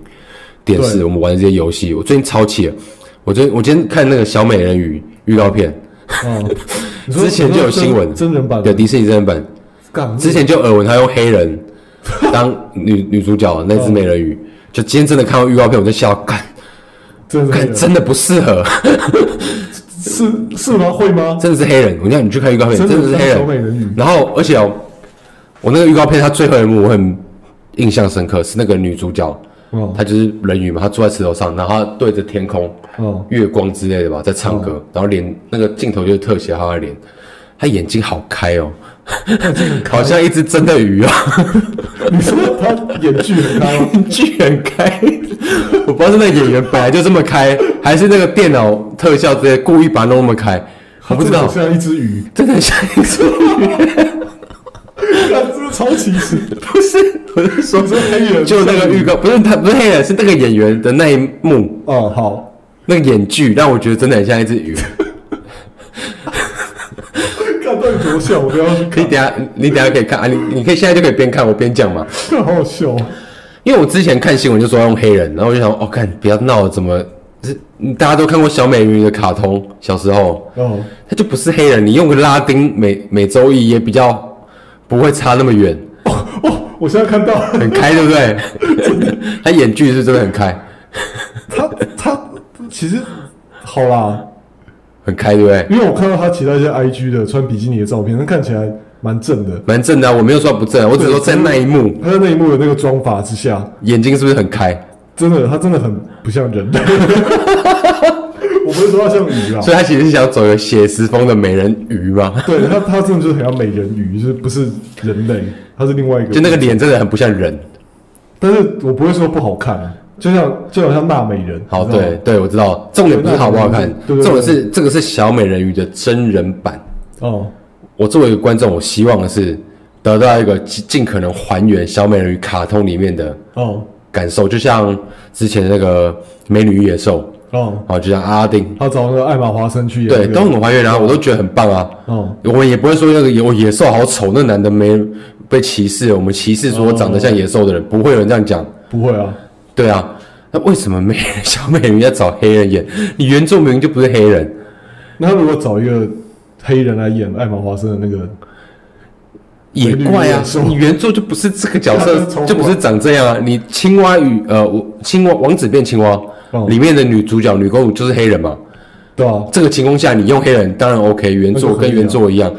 [SPEAKER 1] 电视，
[SPEAKER 2] 对
[SPEAKER 1] 我们玩的这些游戏。我最近超气了，我最近我今天看那个小美人鱼预告片，
[SPEAKER 2] 嗯，你说
[SPEAKER 1] 之前就有新闻
[SPEAKER 2] 你说真真人版
[SPEAKER 1] 对
[SPEAKER 2] 的，
[SPEAKER 1] 迪士尼真人版。
[SPEAKER 2] 干
[SPEAKER 1] 之前就耳闻他用黑人当女女主角那只美人鱼，就今天真的看到预告片，我就笑，干
[SPEAKER 2] 真
[SPEAKER 1] 干
[SPEAKER 2] 人
[SPEAKER 1] 真的不适合，
[SPEAKER 2] 是是吗？会吗？
[SPEAKER 1] 真的是黑人。我让你去看预告片，真
[SPEAKER 2] 真
[SPEAKER 1] 的
[SPEAKER 2] 的
[SPEAKER 1] 是黑
[SPEAKER 2] 像小美人
[SPEAKER 1] 人
[SPEAKER 2] 鱼。
[SPEAKER 1] 然后而且哦，我那个预告片它最后一幕我很印象深刻，是那个女主角，
[SPEAKER 2] 嗯
[SPEAKER 1] 她就是人鱼嘛，她坐在石头上，然后她对着天空，
[SPEAKER 2] 嗯，
[SPEAKER 1] 月光之类的吧，在唱歌，然后脸那个镜头就是特写她的脸，她眼睛好开哦， 好像一只真的鱼啊、
[SPEAKER 2] 你说他演剧很 开吗？
[SPEAKER 1] 巨人开，我不知道是那演员本来就这么开，还是那个电脑特效之类故意把它弄那么开，我
[SPEAKER 2] 他
[SPEAKER 1] 不知
[SPEAKER 2] 真的
[SPEAKER 1] 道
[SPEAKER 2] 很，像一只鱼，
[SPEAKER 1] 真的很像一只鱼，
[SPEAKER 2] 干真的超歧视。
[SPEAKER 1] 不是，我是说
[SPEAKER 2] 你说黑人
[SPEAKER 1] 就那个预告，不是他不是黑人，是那个演员的那一幕，
[SPEAKER 2] 哦，好，
[SPEAKER 1] 那个演剧让我觉得真的很像一只 鱼。
[SPEAKER 2] 看到底多像，我不要 去
[SPEAKER 1] 你
[SPEAKER 2] 看
[SPEAKER 1] 等一，下你等一下可以看啊，你你可以现在就可以边看我边讲嘛，
[SPEAKER 2] 看好好笑。
[SPEAKER 1] 因为我之前看新闻就说要用黑人，然后我就想哦，看不要闹了，怎么？是大家都看过小美人鱼的卡通，小时候，
[SPEAKER 2] 哦，
[SPEAKER 1] 他就不是黑人，你用个拉丁美美洲裔也比较不会差那么远，
[SPEAKER 2] 哦，我现在看到了
[SPEAKER 1] 很开，对不对？ 他演剧是真的很开，
[SPEAKER 2] 他他其实好啦，
[SPEAKER 1] 很开，对不对？
[SPEAKER 2] 因为我看到他其他一些 IG 的穿比基尼的照片，他看起来蛮正的。
[SPEAKER 1] 蛮正的、啊，我没有说他不正啊，我只是说在那一幕
[SPEAKER 2] 他在那一幕的那个妆法之下，
[SPEAKER 1] 眼睛是不是很开？
[SPEAKER 2] 真的，他真的很不像人。我不是说他像鱼啊，
[SPEAKER 1] 所以他其实是想走一个写实风的美人鱼 嘛，
[SPEAKER 2] 对他他真的就是很像美人鱼，就是不是人类，他是另外一个。
[SPEAKER 1] 就那个脸真的很不像人。
[SPEAKER 2] 但是我不会说不好看，啊就像就好像娜美人。
[SPEAKER 1] 好，
[SPEAKER 2] 你知道吗
[SPEAKER 1] 对对，我知道，重点不是好不好看，
[SPEAKER 2] 对对对
[SPEAKER 1] 重点是这个是小美人鱼的真人版。
[SPEAKER 2] 哦，
[SPEAKER 1] 我作为一个观众，我希望的是得到一个尽尽可能还原小美人鱼卡通里面的
[SPEAKER 2] 哦
[SPEAKER 1] 感受，就像之前的那个《美女与野兽》
[SPEAKER 2] 哦，
[SPEAKER 1] 啊，就像阿拉丁，
[SPEAKER 2] 他找那个艾玛华生去演、
[SPEAKER 1] 对，
[SPEAKER 2] 那个。
[SPEAKER 1] 都很还原啊，我都觉得很棒啊。
[SPEAKER 2] 哦
[SPEAKER 1] 我们也不会说那个野野兽好丑，那男的没被歧视，我们歧视说
[SPEAKER 2] 哦
[SPEAKER 1] 长得像野兽的人，不会有人这样讲。
[SPEAKER 2] 不会啊，
[SPEAKER 1] 对啊，那为什么美小美人鱼要 找黑人演？你原著明明就不是黑人，
[SPEAKER 2] 那他如果找一个黑人来演艾玛华生的那个，
[SPEAKER 1] 也怪啊
[SPEAKER 2] 野兽！
[SPEAKER 1] 你原著就不是这个角
[SPEAKER 2] 对
[SPEAKER 1] 色
[SPEAKER 2] 啊这是，
[SPEAKER 1] 就不是长这样啊！你青蛙与呃，我青蛙王子变青蛙、
[SPEAKER 2] 哦
[SPEAKER 1] 里面的女主角女公主就是黑人嘛。
[SPEAKER 2] 对啊，
[SPEAKER 1] 这个情况下，你用黑人当然 OK，原
[SPEAKER 2] 那
[SPEAKER 1] 作
[SPEAKER 2] 就可以
[SPEAKER 1] 跟
[SPEAKER 2] 啊
[SPEAKER 1] 原作一样。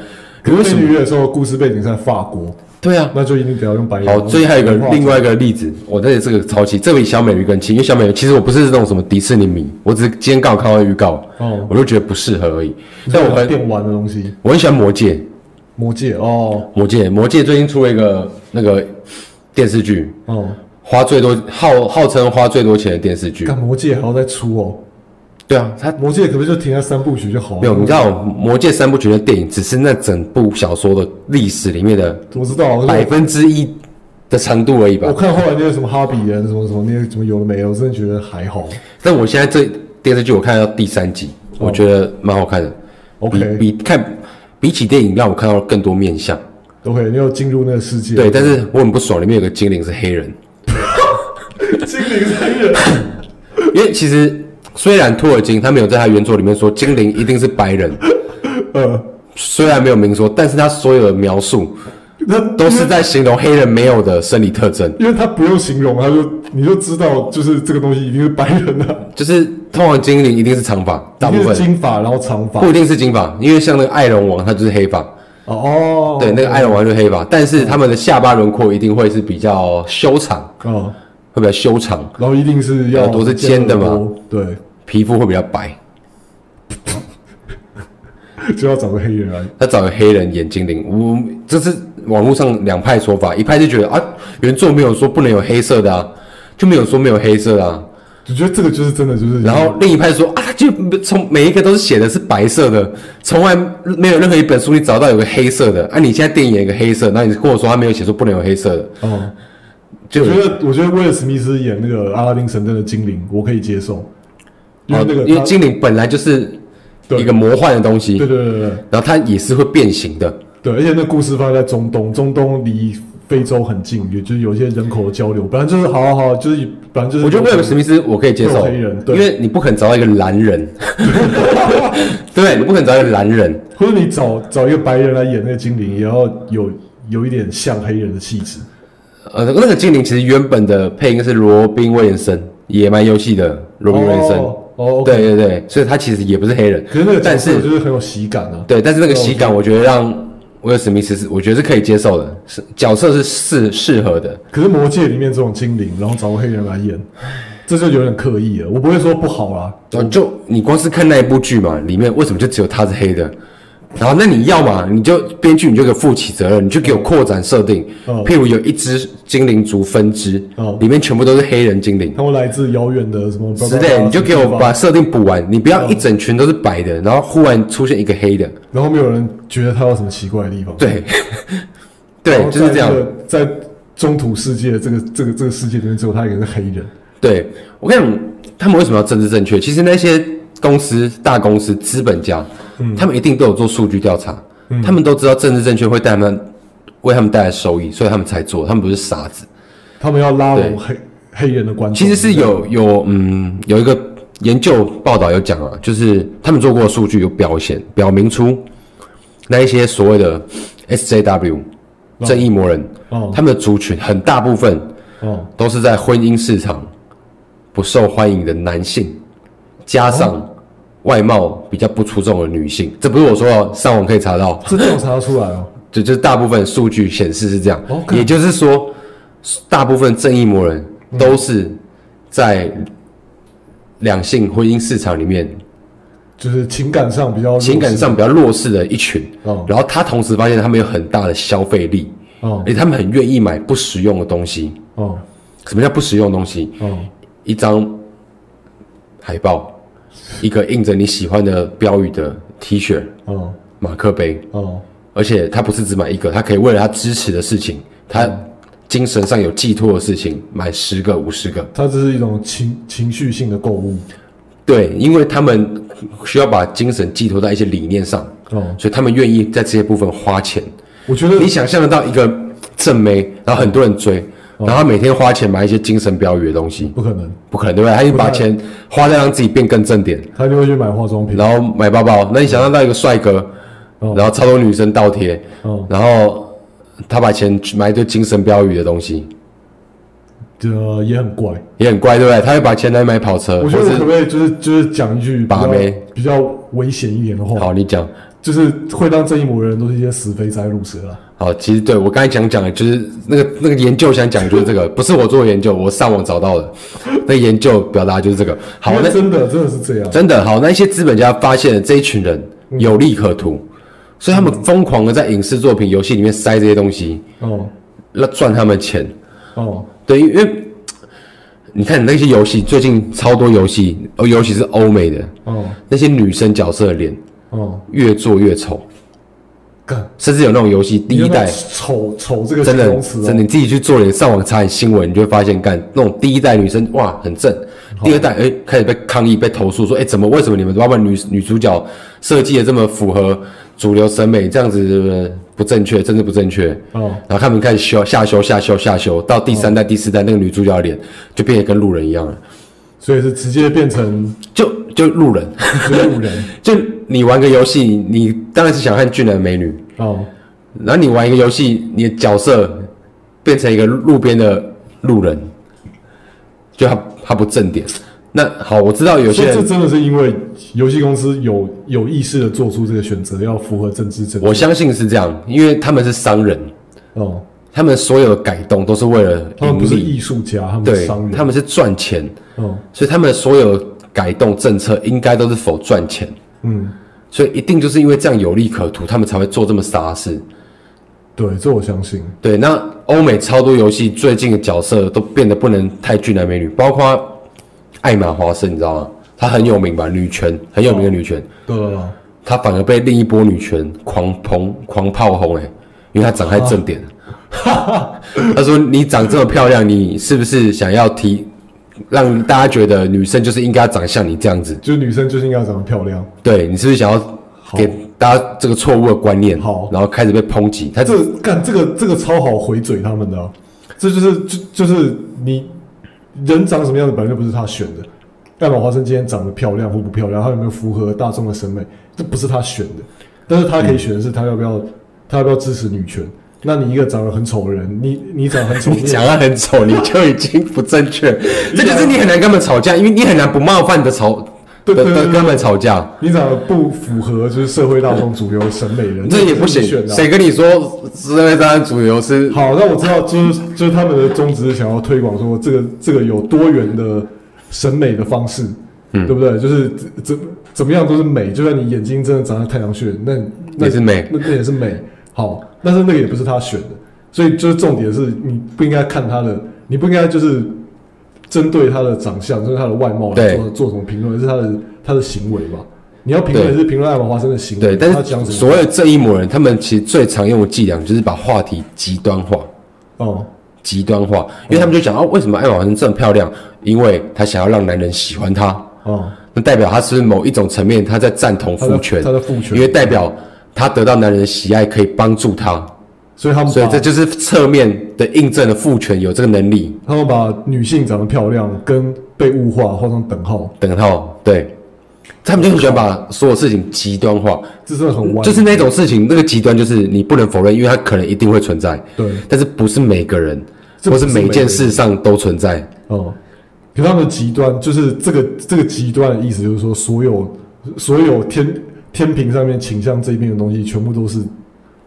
[SPEAKER 1] 你为什
[SPEAKER 2] 美
[SPEAKER 1] 么？
[SPEAKER 2] 女的时候故事背景是在法国，
[SPEAKER 1] 对啊。
[SPEAKER 2] 那就一定得要用白人。
[SPEAKER 1] 好，最后还有一个
[SPEAKER 2] 化
[SPEAKER 1] 另外一个例子，我这里这个超级，这比小美人鱼更气，因为小美人鱼其实我不是那种什么迪士尼迷，我只是今天刚好看到预告，
[SPEAKER 2] 哦
[SPEAKER 1] 我就觉得不适合而已。
[SPEAKER 2] 你
[SPEAKER 1] 但
[SPEAKER 2] 说
[SPEAKER 1] 我
[SPEAKER 2] 拿
[SPEAKER 1] 很
[SPEAKER 2] 电玩的东西，
[SPEAKER 1] 我很喜欢魔戒，
[SPEAKER 2] 魔戒哦
[SPEAKER 1] 魔戒魔戒最近出了一个那个电视剧，
[SPEAKER 2] 哦，
[SPEAKER 1] 花最多号号称花最多钱的电视剧
[SPEAKER 2] 干。魔戒还要再出哦，
[SPEAKER 1] 对啊，它
[SPEAKER 2] 魔戒可不可以就停在三部曲就好了？
[SPEAKER 1] 没有，你知道《魔戒》三部曲的电影，只是那整部小说的历史里面的
[SPEAKER 2] 我知道，我知道
[SPEAKER 1] 百分之一的长度而已吧
[SPEAKER 2] 我。看后来那个什么哈比人什么什么那些什么有的没的，我真的觉得还好。
[SPEAKER 1] 但我现在这电视剧我看到第三集，
[SPEAKER 2] 哦
[SPEAKER 1] 我觉得蛮好看的。
[SPEAKER 2] OK
[SPEAKER 1] 比比看比起电影，让我看到更多面相。
[SPEAKER 2] OK，你有进入那个世界？
[SPEAKER 1] 对，但是我很不爽，里面有个精灵是黑人，
[SPEAKER 2] 精灵三人，
[SPEAKER 1] 因为其实虽然托尔金他没有在他原作里面说精灵一定是白人，
[SPEAKER 2] 呃，
[SPEAKER 1] 虽然没有明说，但是他所有的描述
[SPEAKER 2] 那
[SPEAKER 1] 都是在形容黑人没有的生理特征。
[SPEAKER 2] 因为他不用形容，他就你就知道，就是这个东西一定是白人的、
[SPEAKER 1] 就是通常精灵一定是长发，大
[SPEAKER 2] 一
[SPEAKER 1] 部
[SPEAKER 2] 定是
[SPEAKER 1] 分
[SPEAKER 2] 金发，然后长发
[SPEAKER 1] 不。一定是金发，因为像那个艾龙王他就是黑发，
[SPEAKER 2] 哦，
[SPEAKER 1] 对，那个艾龙王就是黑发，但是他们的下巴轮廓一定会是比较修长，
[SPEAKER 2] 哦，
[SPEAKER 1] 会比较修长，
[SPEAKER 2] 然后一定是要
[SPEAKER 1] 耳朵是尖的嘛
[SPEAKER 2] 耳朵？对，
[SPEAKER 1] 皮肤会比较白。
[SPEAKER 2] 就要找个黑人来。
[SPEAKER 1] 他找了黑人演精灵，我这是网络上两派说法，一派就觉得啊，原作没有说不能有黑色的啊，就没有说没有黑色的啊。
[SPEAKER 2] 我觉得这个就是真的，就是
[SPEAKER 1] 然后另一派说啊，他就从每一个都是写的是白色的，从来没有任何一本书你找到有个黑色的。啊，你现在电影有一个黑色，那你跟我说他没有写说不能有黑色的，
[SPEAKER 2] 哦，
[SPEAKER 1] 就
[SPEAKER 2] 我觉得我觉得威尔史密斯演那个阿拉丁神灯的精灵，我可以接受，因为那个
[SPEAKER 1] 哦因为
[SPEAKER 2] 他
[SPEAKER 1] 精灵本来就是
[SPEAKER 2] 对
[SPEAKER 1] 一个魔幻的东西
[SPEAKER 2] 对，对对对对
[SPEAKER 1] 然后它也是会变形的。
[SPEAKER 2] 对，而且那故事发生在中东，中东离非洲很近，也就是有一些人口的交流，本来就是好好好，就是本来就是
[SPEAKER 1] 我觉得威尔史密斯我可以接
[SPEAKER 2] 没有
[SPEAKER 1] 受，
[SPEAKER 2] 黑人对
[SPEAKER 1] 因为你不肯找到一个蓝人，对，你不肯找一个蓝人，
[SPEAKER 2] 或者你找找一个白人来演那个精灵，也要有有一点像黑人的气质。
[SPEAKER 1] 呃，那个精灵其实原本的配音是罗宾威廉森，野蛮游戏的罗宾威廉森。
[SPEAKER 2] 哦哦，
[SPEAKER 1] 对，对对，所以他其实也不是黑人，
[SPEAKER 2] 可是那个角
[SPEAKER 1] 但
[SPEAKER 2] 色
[SPEAKER 1] 是
[SPEAKER 2] 就是很有喜感啊。
[SPEAKER 1] 对，但是那个喜感，我觉得让威尔史密斯是，我觉得是可以接受的，是角色是适适合的。
[SPEAKER 2] 可是魔界里面这种精灵，然后找个黑人来演，这就有点刻意了。我不会说不好啊啦，
[SPEAKER 1] 就就你光是看那一部剧嘛，里面为什么就只有他是黑的？然后那你要嘛，你就编剧你就给我负起责任，你就给我扩展设定，
[SPEAKER 2] 嗯
[SPEAKER 1] 哦譬如有一只精灵族分支
[SPEAKER 2] 嗯，
[SPEAKER 1] 里面全部都是黑人精灵。
[SPEAKER 2] 他们来自遥远的什么
[SPEAKER 1] 之类的，你就给我把，设定补完，你不
[SPEAKER 2] 嗯
[SPEAKER 1] 要一整群都是白的，然后忽然出现一个黑的，
[SPEAKER 2] 然后没有人觉得他有什么奇怪的地方。
[SPEAKER 1] 对，
[SPEAKER 2] 然
[SPEAKER 1] 对，
[SPEAKER 2] 哦后在
[SPEAKER 1] 就是这样
[SPEAKER 2] 那。个。在中土世界这个这个这个世界里面，只有他一个是黑人。
[SPEAKER 1] 对我跟你讲，他们为什么要政治正确？其实那些公司、大公司、资本家，
[SPEAKER 2] 嗯
[SPEAKER 1] 他们一定都有做数据调查，他们都知道政治正确会带他们为他们带来收益，所以他们才做，他们不是傻子。
[SPEAKER 2] 他们要拉
[SPEAKER 1] 对
[SPEAKER 2] 拢黑黑人的观众，
[SPEAKER 1] 其实是有有嗯有一个研究报道有讲啊，就是他们做过的数据有表现表明出那一些所谓的 SJW 正义魔人，
[SPEAKER 2] 哦
[SPEAKER 1] 他们的族群很大部分
[SPEAKER 2] 哦
[SPEAKER 1] 都是在婚姻市场不受欢迎的男性，加上外貌比较不出众的女性。这不是我说的，上网可以查到，
[SPEAKER 2] 这调查出来哦，
[SPEAKER 1] 就就是大部分数据显示是这样。
[SPEAKER 2] OK
[SPEAKER 1] 也就是说，大部分正义魔人都是在两性婚姻市场里面
[SPEAKER 2] 就是情感上比较弱势
[SPEAKER 1] 情感上比较弱势的一群。
[SPEAKER 2] 哦
[SPEAKER 1] 然后他同时发现他们有很大的消费力，
[SPEAKER 2] 哦
[SPEAKER 1] 而且他们很愿意买不实用的东西。
[SPEAKER 2] 哦
[SPEAKER 1] 什么叫不实用的东西？
[SPEAKER 2] 哦
[SPEAKER 1] 一张海报，一个印着你喜欢的标语的 T 恤、
[SPEAKER 2] 哦
[SPEAKER 1] 马克杯，
[SPEAKER 2] 哦
[SPEAKER 1] 而且他不是只买一个，他可以为了他支持的事情，他精神上有寄托的事情，买十个、五十个。
[SPEAKER 2] 它这是一种情情绪性的购物
[SPEAKER 1] 对，因为他们需要把精神寄托在一些理念上，
[SPEAKER 2] 哦。
[SPEAKER 1] 所以他们愿意在这些部分花钱。
[SPEAKER 2] 我觉得
[SPEAKER 1] 你想象得到一个正妹，然后很多人追，然后他每天花钱买一些精神标语的东西，
[SPEAKER 2] 不可能，
[SPEAKER 1] 不可能对不对？他一定把钱花在让自己变更正点。
[SPEAKER 2] 他就会去买化妆品。
[SPEAKER 1] 然后买包包。那你想象到一个帅哥，
[SPEAKER 2] 哦
[SPEAKER 1] 然后超多女生倒贴，
[SPEAKER 2] 哦
[SPEAKER 1] 然后他把钱去买一堆精神标语的东西，
[SPEAKER 2] 呃，也很怪。
[SPEAKER 1] 也很怪，对不对？他会把钱来买跑车，
[SPEAKER 2] 我
[SPEAKER 1] 或
[SPEAKER 2] 觉得我可
[SPEAKER 1] 是
[SPEAKER 2] 不可以就是就是讲一句比
[SPEAKER 1] 把
[SPEAKER 2] 较
[SPEAKER 1] 妹
[SPEAKER 2] 比较危险一点的话，
[SPEAKER 1] 好，你讲
[SPEAKER 2] 就是会当正义魔人都是一些死肥宅入蛇啊啦。
[SPEAKER 1] 好。其实对我刚才想讲的就是那个那个研究想讲就是这个，不是我做研究，我上网找到 的，那个研究表达就是这个。好
[SPEAKER 2] 因，为
[SPEAKER 1] 那
[SPEAKER 2] 真的真的是这样。
[SPEAKER 1] 真的好，那一些资本家发现了这一群人
[SPEAKER 2] 嗯
[SPEAKER 1] 有利可图，所以他们疯狂的在影视作品、游戏里面塞这些东西，
[SPEAKER 2] 哦
[SPEAKER 1] 那赚他们钱。
[SPEAKER 2] 哦，
[SPEAKER 1] 对，因为你看那些游戏，最近超多游戏，呃尤其是欧美的
[SPEAKER 2] 哦
[SPEAKER 1] 那些女生角色的脸
[SPEAKER 2] 哦
[SPEAKER 1] 越做越丑，
[SPEAKER 2] 干，
[SPEAKER 1] 甚至有那种游戏第一
[SPEAKER 2] 你要不
[SPEAKER 1] 代
[SPEAKER 2] 要丑丑这个
[SPEAKER 1] 真
[SPEAKER 2] 形
[SPEAKER 1] 的
[SPEAKER 2] 容词、哦，
[SPEAKER 1] 真的，你自己去做点上网查点新闻，你就会发现，干那种第一代女生哇很正，第二代哎、开始被抗议、被投诉说，哎、怎么为什么你们把把女女主角设计的这么符合主流审美，这样子呃不正确，政治不正确。
[SPEAKER 2] 哦
[SPEAKER 1] 然后他们开始修下修下修下修，到第三代、第四代那个女主角的脸就变得跟路人一样了，
[SPEAKER 2] 所以是直接变成
[SPEAKER 1] 就就路人，
[SPEAKER 2] 路人
[SPEAKER 1] 就你玩个游戏，你当然是想看俊男美女，
[SPEAKER 2] 哦，
[SPEAKER 1] 然后你玩一个游戏，你的角色变成一个路边的路人，就他他不正点。那好，我知道有些
[SPEAKER 2] 所以这
[SPEAKER 1] 人，
[SPEAKER 2] 真的是因为游戏公司有有意识的做出这个选择，要符合政治正确。
[SPEAKER 1] 我相信是这样，因为他们是商人，
[SPEAKER 2] 哦，
[SPEAKER 1] 他们所有的改动都是为了
[SPEAKER 2] 他们
[SPEAKER 1] 盈
[SPEAKER 2] 不是
[SPEAKER 1] 利，
[SPEAKER 2] 艺术家，他们是
[SPEAKER 1] 对
[SPEAKER 2] 商，人。
[SPEAKER 1] 他们是赚钱，
[SPEAKER 2] 哦，
[SPEAKER 1] 所以他们所有的改动政策应该都是否赚钱，
[SPEAKER 2] 嗯，
[SPEAKER 1] 所以一定就是因为这样有利可图，他们才会做这么傻的事。
[SPEAKER 2] 对，这我相信。
[SPEAKER 1] 对，那欧美超多游戏最近的角色都变得不能太俊男美女，包括艾玛华森，你知道吗？她很有名吧，女权很有名的女权，
[SPEAKER 2] 对了，
[SPEAKER 1] 她反而被另一波女权狂捧狂炮轰哎、因为她长太正点了。 她说：“你长这么漂亮，你是不是想要提让大家觉得女生就是应该长像你这样子？
[SPEAKER 2] 就是女生就是应该长得漂亮。
[SPEAKER 1] 对你是不是想要给大家这个错误的观念？
[SPEAKER 2] 好
[SPEAKER 1] 然后开始被抨击。她
[SPEAKER 2] 这干这个这个超好回嘴他们的啊、这就是就就是你人长什么样子本来就不是他选的。艾玛华森今天长得漂亮或不漂亮，她有没有符合大众的审美，这不是他选的。但是他可以选的是他要不要、他要不要支持女权。那你一个长得很丑的人，你你长得很丑，
[SPEAKER 1] 你讲他很丑，你就已经不正 确。这就是你很难跟他们吵架，因为你很难不冒犯的吵，
[SPEAKER 2] 对
[SPEAKER 1] 的
[SPEAKER 2] 对对
[SPEAKER 1] 的
[SPEAKER 2] 对
[SPEAKER 1] 跟他们吵架，
[SPEAKER 2] 你长得不符合就是社会大众主流审美的，
[SPEAKER 1] 这
[SPEAKER 2] 那
[SPEAKER 1] 也不
[SPEAKER 2] 你
[SPEAKER 1] 行。
[SPEAKER 2] 选的啊
[SPEAKER 1] 谁跟你说社会当然主流是？
[SPEAKER 2] 好，那我知道，就是就是他们的宗旨是想要推广说这个这个有多元的审美的方式，
[SPEAKER 1] 嗯
[SPEAKER 2] 对不对？就是怎怎么样都是美，就算你眼睛真的长在太阳穴，那那
[SPEAKER 1] 也是美
[SPEAKER 2] 那那也是美。好，但是那个也不是他选的，所以就是重点是你不应该看他的，你不应该就是针对他的长相，就是他的外貌来
[SPEAKER 1] 对
[SPEAKER 2] 做做什么评论，而是他的他的行为吧。你要评论也是评论艾玛华森的行为，
[SPEAKER 1] 对，但
[SPEAKER 2] 他讲
[SPEAKER 1] 是
[SPEAKER 2] 什么
[SPEAKER 1] 所谓的这一抹人，他们其实最常用的伎俩就是把话题极端化，
[SPEAKER 2] 哦、
[SPEAKER 1] 极端化，
[SPEAKER 2] 嗯
[SPEAKER 1] 因为他们就讲哦，为什么艾玛华森这么漂亮？因为她想要让男人喜欢她，
[SPEAKER 2] 哦，
[SPEAKER 1] 那代表她是某一种层面她在赞同
[SPEAKER 2] 他在
[SPEAKER 1] 父权
[SPEAKER 2] 他，在父权，
[SPEAKER 1] 因为代表她得到男人的喜爱可以帮助她。
[SPEAKER 2] 所以他们
[SPEAKER 1] 所以
[SPEAKER 2] 把
[SPEAKER 1] 这就是侧面的印证了父权有这个能力。
[SPEAKER 2] 他们把女性长得漂亮跟被物化画上等号，
[SPEAKER 1] 等号，对，他们就很喜欢把所有事情极端化，
[SPEAKER 2] 这真的很歪。
[SPEAKER 1] 就是那种事情，那个极端就是你不能否认，因为它可能一定会存在，
[SPEAKER 2] 对
[SPEAKER 1] 但是不是每个人
[SPEAKER 2] 这
[SPEAKER 1] 或
[SPEAKER 2] 不是
[SPEAKER 1] 是每件事上都存在。
[SPEAKER 2] 哦、可他们的极端就是这个这个极端的意思，就是说所有所有天天平上面倾向这一边的东西，全部都是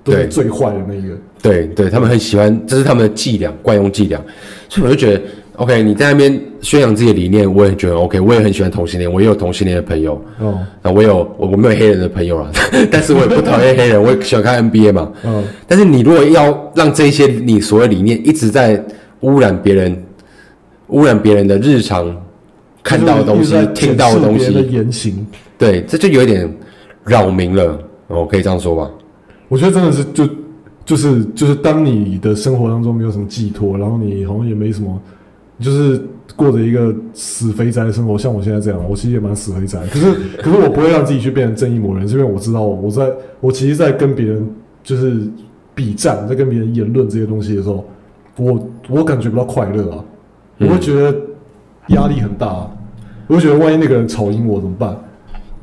[SPEAKER 2] 都是
[SPEAKER 1] 对
[SPEAKER 2] 最坏的那一个。
[SPEAKER 1] 对对，他们很喜欢，这是他们的伎俩，惯用伎俩。所以我就觉得，OK，你在那边宣扬自己的理念，我也觉得 OK，我也很喜欢同性恋，我也有同性恋的朋友。
[SPEAKER 2] 哦
[SPEAKER 1] 啊，我有我我没有黑人的朋友啦， 但是我也不讨厌黑人，我也喜欢看 NBA 嘛。
[SPEAKER 2] 嗯，
[SPEAKER 1] 但是你如果要让这些你所谓理念一直在污染别人、污染别人的日常看到的东西
[SPEAKER 2] 就是一直在、
[SPEAKER 1] 听到的东
[SPEAKER 2] 检视别人
[SPEAKER 1] 西，
[SPEAKER 2] 的言行，
[SPEAKER 1] 对，这就有点扰民了。哦，可以这样说吧？
[SPEAKER 2] 我觉得真的是就就是就是当你的生活当中没有什么寄托，然后你好像也没什么，就是过着一个死肥宅的生活，像我现在这样，我其实也蛮死肥宅。可是可是我不会让自己去变成正义魔人，是因为我知道我在我其实，在跟别人就是比战，在跟别人言论这些东西的时候，我我感觉不到快乐啊，我会觉得压力很大、啊，我会觉得万一那个人吵赢我怎么办？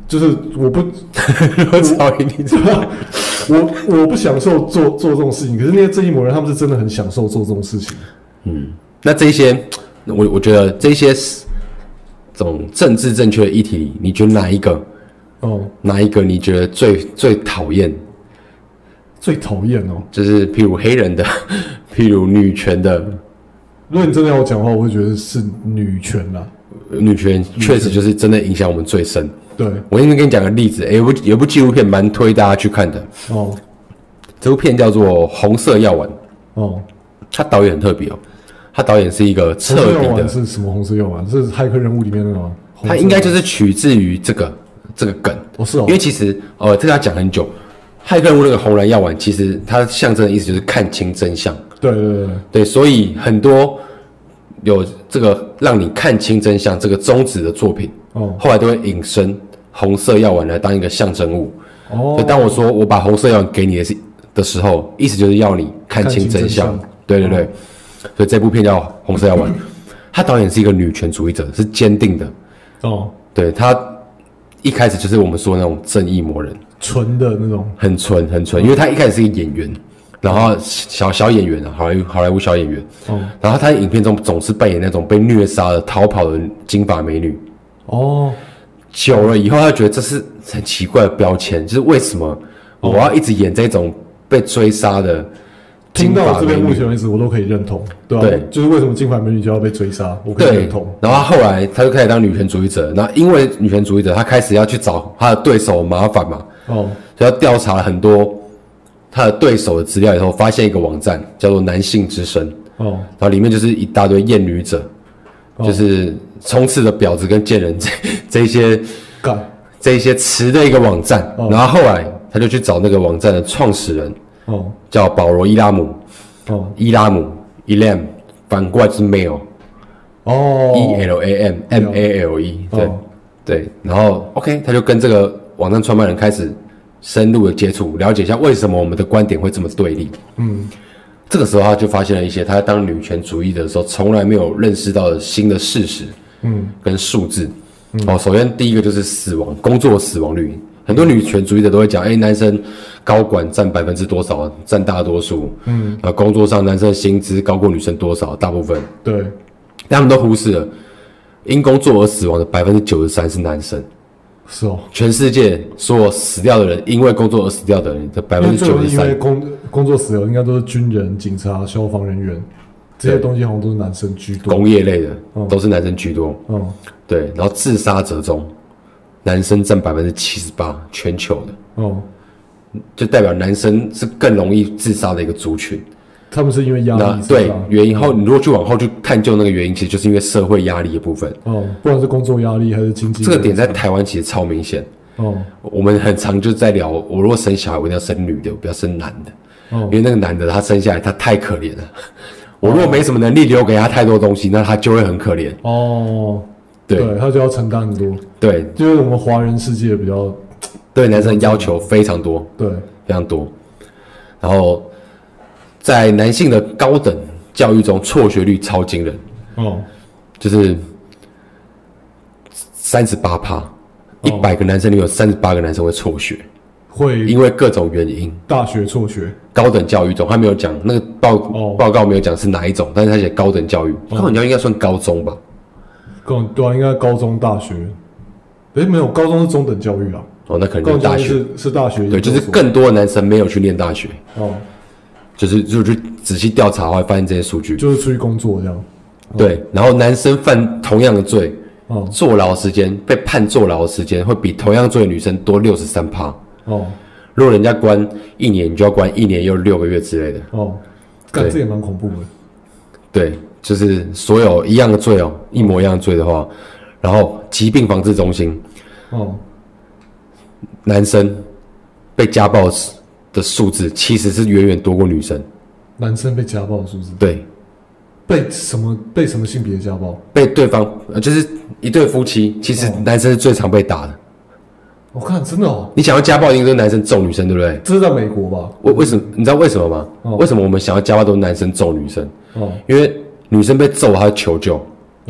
[SPEAKER 2] 就是我不
[SPEAKER 1] 我操你！
[SPEAKER 2] 我我不享受做做这种事情，可是那些正义魔人他们是真的很享受做这种事情。
[SPEAKER 1] 那这些，我我觉得这些是这种政治正确的议题里，你觉得哪一个
[SPEAKER 2] 哦，
[SPEAKER 1] 哪一个你觉得最最讨厌？
[SPEAKER 2] 最讨厌哦！
[SPEAKER 1] 就是譬如黑人的， 譬如女权的，
[SPEAKER 2] 如果你真的要我讲的话，我会觉得是女权啦。
[SPEAKER 1] 女权确实就是真的影响我们最深。
[SPEAKER 2] 对，
[SPEAKER 1] 我先跟你讲个例子，诶，有部有部纪录片蛮推大家去看的，
[SPEAKER 2] 哦
[SPEAKER 1] 这部片叫做《红色药丸》，
[SPEAKER 2] 哦，
[SPEAKER 1] 它导演很特别哦，它导演是一个
[SPEAKER 2] 红
[SPEAKER 1] 彻
[SPEAKER 2] 色
[SPEAKER 1] 底
[SPEAKER 2] 药丸
[SPEAKER 1] 的，
[SPEAKER 2] 是什么？红色药丸是骇客任务里面的吗？红色
[SPEAKER 1] 它应该就是取自于这个这个梗，
[SPEAKER 2] 哦是哦
[SPEAKER 1] 因为其实呃这个要讲很久，骇客任务那个红蓝药丸，其实它象征的意思就是看清真相。
[SPEAKER 2] 对对对对，
[SPEAKER 1] 对，所以很多有这个让你看清真相这个宗旨的作品，
[SPEAKER 2] 哦
[SPEAKER 1] 后来都会引申红色药丸来当一个象征物。
[SPEAKER 2] 哦
[SPEAKER 1] 就，当我说我把红色药丸给你的是的时候，意思就是要你看清真相。嗯
[SPEAKER 2] 看清真相
[SPEAKER 1] 对对对，所以这部片叫《红色药丸》，它导演是一个女权主义者，是坚定的。
[SPEAKER 2] 哦，
[SPEAKER 1] 对她一开始就是我们说的那种正义魔人，
[SPEAKER 2] 纯的那种，
[SPEAKER 1] 很纯很纯，因为她一开始是一个演员，然后小小演员啊，好莱坞好莱坞小演员。
[SPEAKER 2] 哦
[SPEAKER 1] 然后她在影片中总是扮演那种被虐杀的逃跑的金发美女，
[SPEAKER 2] 哦，
[SPEAKER 1] 久了以后，他觉得这是很奇怪的标签，就是为什么
[SPEAKER 2] 哦
[SPEAKER 1] 我要一直演这种被追杀的金
[SPEAKER 2] 听
[SPEAKER 1] 发
[SPEAKER 2] 到这
[SPEAKER 1] 美
[SPEAKER 2] 边目
[SPEAKER 1] 女？
[SPEAKER 2] 前为止，我都可以认同，对吧、
[SPEAKER 1] 对
[SPEAKER 2] 就是为什么金发美女就要被追杀，我可以
[SPEAKER 1] 对
[SPEAKER 2] 认同，，
[SPEAKER 1] 然后后来他就开始当女权主义者，然后因为女权主义者，他开始要去找他的对手麻烦嘛，
[SPEAKER 2] 哦
[SPEAKER 1] 所以他调查了很多他的对手的资料以后，发现一个网站叫做“男性之声”，
[SPEAKER 2] 哦，
[SPEAKER 1] 然后里面就是一大堆厌女者，就是冲刺的婊子跟贱人这 这些
[SPEAKER 2] 干，
[SPEAKER 1] 这一些词的一个网站，
[SPEAKER 2] 哦
[SPEAKER 1] 然后后来他就去找那个网站的创始人，
[SPEAKER 2] 哦
[SPEAKER 1] 叫保罗·伊拉姆，
[SPEAKER 2] 哦
[SPEAKER 1] 伊拉姆 （Elam），反过来就是 male，E
[SPEAKER 2] 哦，
[SPEAKER 1] E L A M M A L E，对、
[SPEAKER 2] 哦
[SPEAKER 1] 对，然后 OK，他就跟这个网站创办人开始深入的接触，了解一下为什么我们的观点会这么对立。嗯，这个时候他就发现了一些他在当女权主义的时候从来没有认识到的新的事实，嗯，跟数字。哦，首先第一个就是死亡，工作死亡率。很多女权主义者都会讲，哎、男生高管占百分之多少，占大多数。嗯，呃，工作上男生的薪资高过女生多少，大部分，
[SPEAKER 2] 对，
[SPEAKER 1] 但他们都忽视了，因工作而死亡的百分之九十三是男生。
[SPEAKER 2] 是哦。
[SPEAKER 1] 全世界所有死掉的人，因为工作而死掉的人的百
[SPEAKER 2] 因
[SPEAKER 1] 分
[SPEAKER 2] 为
[SPEAKER 1] 之
[SPEAKER 2] 最
[SPEAKER 1] 九
[SPEAKER 2] 容
[SPEAKER 1] 十
[SPEAKER 2] 易因为
[SPEAKER 1] 三，
[SPEAKER 2] 工工作死的应该都是军人、警察、消防人员这些东西，好像都是男生居多。
[SPEAKER 1] 工业类的
[SPEAKER 2] 哦
[SPEAKER 1] 都是男生居多。
[SPEAKER 2] 嗯，
[SPEAKER 1] 对，然后自杀者中，男生占百分之七十八，全球的，
[SPEAKER 2] 哦，
[SPEAKER 1] 就代表男生是更容易自杀的一个族群。
[SPEAKER 2] 他们是因为压
[SPEAKER 1] 那
[SPEAKER 2] 力是
[SPEAKER 1] 对
[SPEAKER 2] 吧
[SPEAKER 1] 原因后，你如果去往后去探究那个原因，其实就是因为社会压力的部分。
[SPEAKER 2] 哦，不管是工作压力还是经济
[SPEAKER 1] 这个点在台湾其实超明显，
[SPEAKER 2] 哦
[SPEAKER 1] 我们很常就在聊，我如果生小孩，我一定要生女的，我不要生男的。因
[SPEAKER 2] 哦
[SPEAKER 1] 为那个男的他生下来他太可怜了，我如果没什么能力留给他太多东西，那他就会很可怜。
[SPEAKER 2] 哦，
[SPEAKER 1] 对
[SPEAKER 2] 他就要承担很多，
[SPEAKER 1] 对
[SPEAKER 2] 就是我们华人世界比较
[SPEAKER 1] 对，男生要求非常多
[SPEAKER 2] 对
[SPEAKER 1] 非常多，然后在男性的高等教育中，辍学率超惊人，
[SPEAKER 2] 哦
[SPEAKER 1] 就是三十八趴，一百个男生里有三十八个男生会辍学，
[SPEAKER 2] 会
[SPEAKER 1] 因为各种原因。
[SPEAKER 2] 大学辍学
[SPEAKER 1] 高等教育中，他没有讲那个报、
[SPEAKER 2] 哦
[SPEAKER 1] 报告没有讲是哪一种，但是他写高等教育，高等教育应该算高中吧？
[SPEAKER 2] 高对啊，应该高中大学，诶，没有高中是中等教育啊，
[SPEAKER 1] 哦，那可能
[SPEAKER 2] 高
[SPEAKER 1] 就
[SPEAKER 2] 中
[SPEAKER 1] 是
[SPEAKER 2] 教
[SPEAKER 1] 大
[SPEAKER 2] 育
[SPEAKER 1] 学。
[SPEAKER 2] 是是大学
[SPEAKER 1] 对，
[SPEAKER 2] 研
[SPEAKER 1] 就
[SPEAKER 2] 究
[SPEAKER 1] 是
[SPEAKER 2] 所
[SPEAKER 1] 更多的男生没有去念大学，
[SPEAKER 2] 哦，
[SPEAKER 1] 就是就去仔细调查，后来发现这些数据。
[SPEAKER 2] 就是出去工作这样
[SPEAKER 1] 对，然后男生犯同样的罪，
[SPEAKER 2] 哦
[SPEAKER 1] 坐牢时间被判坐牢的时间会比同样罪的女生多六十三趴。
[SPEAKER 2] 哦
[SPEAKER 1] 如果人家关一年，你就要关一年又六个月之类的。
[SPEAKER 2] 哦，干
[SPEAKER 1] 对
[SPEAKER 2] 这也蛮恐怖的。
[SPEAKER 1] 对，就是所有一样的罪哦，一模一样的罪的话，然后疾病防治中心
[SPEAKER 2] 哦
[SPEAKER 1] 男生被家暴的数字其实是远远多过女生。，
[SPEAKER 2] 男生被家暴是不是？
[SPEAKER 1] 对，
[SPEAKER 2] 被什么被什么性别家暴？
[SPEAKER 1] 被对方呃就是一对夫妻，其实男生是最常被打的。
[SPEAKER 2] 我看真的哦，
[SPEAKER 1] 你想要家暴，一定都是男生揍女生，对不对？
[SPEAKER 2] 这是在美国吧？
[SPEAKER 1] 为为什么？你知道为什么吗？
[SPEAKER 2] 哦
[SPEAKER 1] 为什么我们想要家暴都是男生揍女生？
[SPEAKER 2] 哦
[SPEAKER 1] 因为女生被揍，她求救；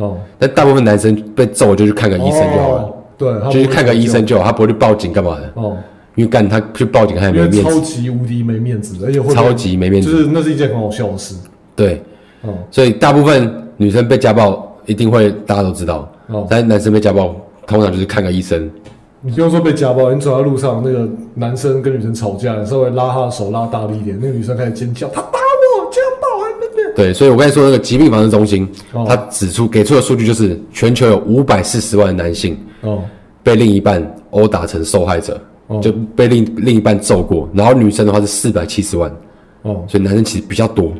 [SPEAKER 2] 哦，
[SPEAKER 1] 但大部分男生被揍就去看个医生就好了，
[SPEAKER 2] 哦。对，他
[SPEAKER 1] 就去
[SPEAKER 2] 不会
[SPEAKER 1] 看个医生
[SPEAKER 2] 讲
[SPEAKER 1] 就好，他不会去报警干嘛的。
[SPEAKER 2] 哦，
[SPEAKER 1] 因为干他去报警，他也
[SPEAKER 2] 因
[SPEAKER 1] 没
[SPEAKER 2] 为
[SPEAKER 1] 面
[SPEAKER 2] 超
[SPEAKER 1] 子，
[SPEAKER 2] 级无敌没面子，而且会被
[SPEAKER 1] 超级没面
[SPEAKER 2] 就
[SPEAKER 1] 子。
[SPEAKER 2] 是那是一件很好笑的事。
[SPEAKER 1] 对，
[SPEAKER 2] 哦
[SPEAKER 1] 所以大部分女生被家暴一定会大家都知道，
[SPEAKER 2] 哦，
[SPEAKER 1] 但男生被家暴通常就是看个医生，
[SPEAKER 2] 你不用说被家暴，你走在路上，那个男生跟女生吵架，你稍微拉他的手拉大力一点，那个女生开始尖叫，他打我，家暴啊！那那
[SPEAKER 1] 对，所以我刚才说那个疾病防治中心，
[SPEAKER 2] 哦
[SPEAKER 1] 他指出给出的数据就是，全球有五百四十万男性
[SPEAKER 2] 哦
[SPEAKER 1] 被另一半殴打成受害者，
[SPEAKER 2] 哦
[SPEAKER 1] 就被另另一半揍过，然后女生的话是四百七十万，
[SPEAKER 2] 哦
[SPEAKER 1] 所以男生其实比较多，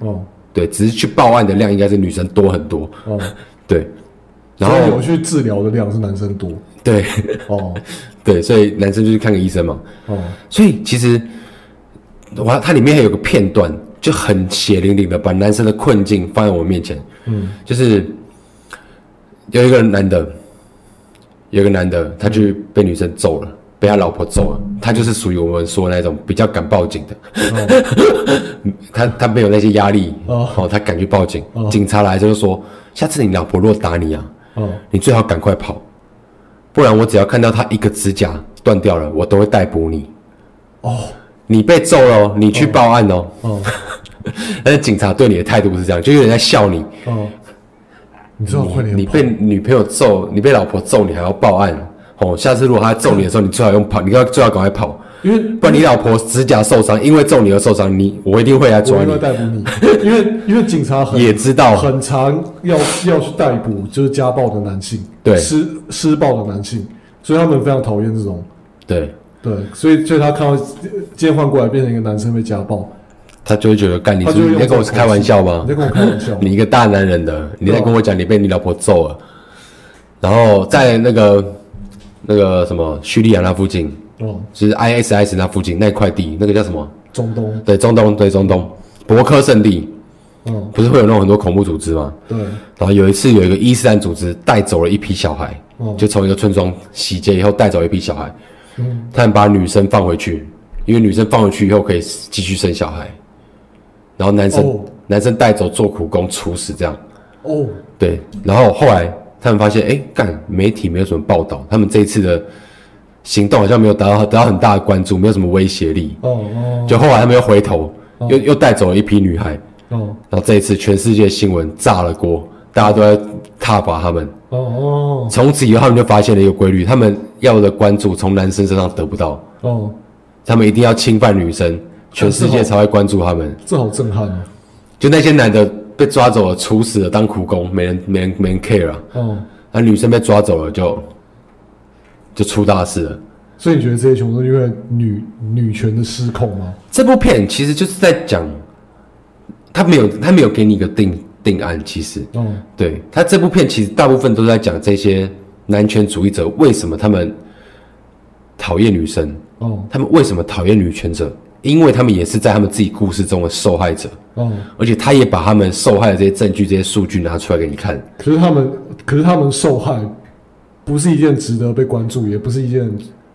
[SPEAKER 2] 哦
[SPEAKER 1] 对，只是去报案的量应该是女生多很多，
[SPEAKER 2] 哦，
[SPEAKER 1] 对，然
[SPEAKER 2] 所以有
[SPEAKER 1] 后
[SPEAKER 2] 去治疗的量是男生多。
[SPEAKER 1] 对
[SPEAKER 2] 哦
[SPEAKER 1] 对，所以男生就是看个医生嘛。
[SPEAKER 2] 哦，
[SPEAKER 1] 所以其实哇，它里面还有个片段，就很血淋淋的把男生的困境放在我面前。嗯，就是有一个男的，有一个男的，他去被女生揍了。被他老婆揍了，他就是属于我们说那种比较敢报警的， 他他没有那些压力
[SPEAKER 2] 哦
[SPEAKER 1] 哦，他敢去报警，警察来就是说，下次你老婆若打你啊，
[SPEAKER 2] 哦，
[SPEAKER 1] 你最好赶快跑，不然我只要看到他一个指甲断掉了，我都会逮捕你。
[SPEAKER 2] 哦，
[SPEAKER 1] 你被揍了哦，你去报案哦。
[SPEAKER 2] 哦，
[SPEAKER 1] 但是警察对你的态度是这样，就有点在笑你。
[SPEAKER 2] 哦，你知道快点
[SPEAKER 1] 你
[SPEAKER 2] 跑
[SPEAKER 1] 被女朋友揍，你被老婆揍，你还要报案哦。下次如果她揍你的时候，你最好用跑，你要最好赶快跑，
[SPEAKER 2] 因为
[SPEAKER 1] 不然你老婆指甲受伤，因为揍你而受伤，你我一定会来
[SPEAKER 2] 我
[SPEAKER 1] 抓
[SPEAKER 2] 一定
[SPEAKER 1] 你
[SPEAKER 2] 会。逮 捕你，因为因为警察很
[SPEAKER 1] 也知道
[SPEAKER 2] 很常要要去逮捕就是家暴的男性，
[SPEAKER 1] 对
[SPEAKER 2] 施施暴的男性，所以他们非常讨厌这种，
[SPEAKER 1] 对，
[SPEAKER 2] 对，所以所以他看到今天换过来变成一个男生被家暴，
[SPEAKER 1] 她就会觉得，干你
[SPEAKER 2] 他
[SPEAKER 1] 是
[SPEAKER 2] 就会
[SPEAKER 1] 你
[SPEAKER 2] 用
[SPEAKER 1] 在
[SPEAKER 2] 这
[SPEAKER 1] 跟
[SPEAKER 2] 种
[SPEAKER 1] 我开玩笑吗
[SPEAKER 2] 口气？你在跟我开玩笑，
[SPEAKER 1] 你一个大男人的，你在
[SPEAKER 2] 对啊
[SPEAKER 1] 跟我讲你被你老婆揍了，然后在那个那个什么叙利亚那附近，
[SPEAKER 2] 哦，
[SPEAKER 1] 就是 ISIS 那附近那块地，那个叫什么？
[SPEAKER 2] 中东，
[SPEAKER 1] 对，中东，对中东，博科圣地，
[SPEAKER 2] 嗯，
[SPEAKER 1] 不是会有那种很多恐怖组织吗？
[SPEAKER 2] 对，
[SPEAKER 1] 然后有一次有一个伊斯兰组织带走了一批小孩，
[SPEAKER 2] 哦
[SPEAKER 1] 就从一个村庄洗劫以后带走一批小孩，
[SPEAKER 2] 嗯，
[SPEAKER 1] 他们把女生放回去，因为女生放回去以后可以继续生小孩，然后男生、
[SPEAKER 2] 哦
[SPEAKER 1] 男生带走做苦工处死这样。
[SPEAKER 2] 哦，
[SPEAKER 1] 对，然后后来他们发现，哎，干媒体没有什么报道，他们这一次的行动好像没有达到得到很大的关注，没有什么威胁力。
[SPEAKER 2] 哦哦
[SPEAKER 1] 就后来他们又回头，又又带走了一批女孩，
[SPEAKER 2] 哦
[SPEAKER 1] 然后这一次全世界新闻炸了锅，大家都在挞伐他们。
[SPEAKER 2] 哦哦
[SPEAKER 1] 从此以后，他们就发现了一个规律，他们要的关注从男生身上得不到，
[SPEAKER 2] 哦，
[SPEAKER 1] 他们一定要侵犯女生，全世界才会关注他们。
[SPEAKER 2] 这好震撼啊，
[SPEAKER 1] 就那些男的被抓走了、处死了、当苦工，没人、没人、没人 care 啊。
[SPEAKER 2] 哦，
[SPEAKER 1] 那女生被抓走了就就出大事了。
[SPEAKER 2] 所以你觉得这些全部是因为女女权的失控吗？
[SPEAKER 1] 这部片其实就是在讲，他没有他没有给你一个定定案，其实
[SPEAKER 2] 哦
[SPEAKER 1] 对他这部片其实大部分都在讲这些男权主义者为什么他们讨厌女生，
[SPEAKER 2] 哦
[SPEAKER 1] 他们为什么讨厌女权者，因为他们也是在他们自己故事中的受害者，
[SPEAKER 2] 哦。
[SPEAKER 1] 而且他也把他们受害的这些证据、这些数据拿出来给你看。
[SPEAKER 2] 可是他们，可是他们受害，不是一件值得被关注，也不是一件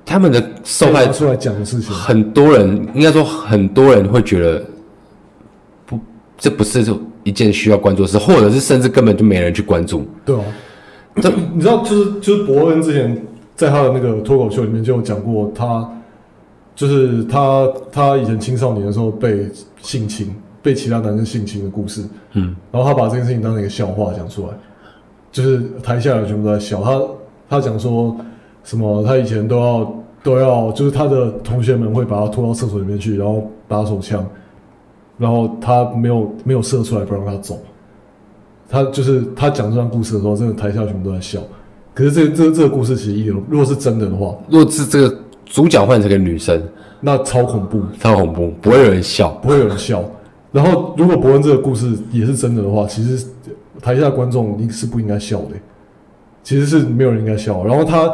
[SPEAKER 1] 他们的受
[SPEAKER 2] 被
[SPEAKER 1] 害
[SPEAKER 2] 拿出来讲的事情。
[SPEAKER 1] 很多人应该说很多人会觉得不，这不是一件需要关注的事，或者是甚至根本就没人去关注。
[SPEAKER 2] 对啊，
[SPEAKER 1] 这
[SPEAKER 2] 你知道，就是就是伯恩之前在他的那个脱口秀里面就有讲过他，就是他他以前青少年的时候被性侵，被其他男生性侵的故事。
[SPEAKER 1] 嗯，
[SPEAKER 2] 然后他把这件事情当成一个笑话讲出来，就是台下人全部都在笑他。他讲说什么？他以前都要都要，就是他的同学们会把他拖到厕所里面去，然后打手枪，然后他没有没有射出来，不让他走。他就是他讲这段故事的时候，真的台下全部都在笑。可是这这这个故事其实一点都，如果是真的的话，
[SPEAKER 1] 若是这个主角换成个女生，
[SPEAKER 2] 那超恐怖，
[SPEAKER 1] 她恐怖，不会有人笑。
[SPEAKER 2] 不会有人笑。然后如果伯恩这个故事也是真的的话，其实台下观众应是不应该笑的，其实是没有人应该笑。然后他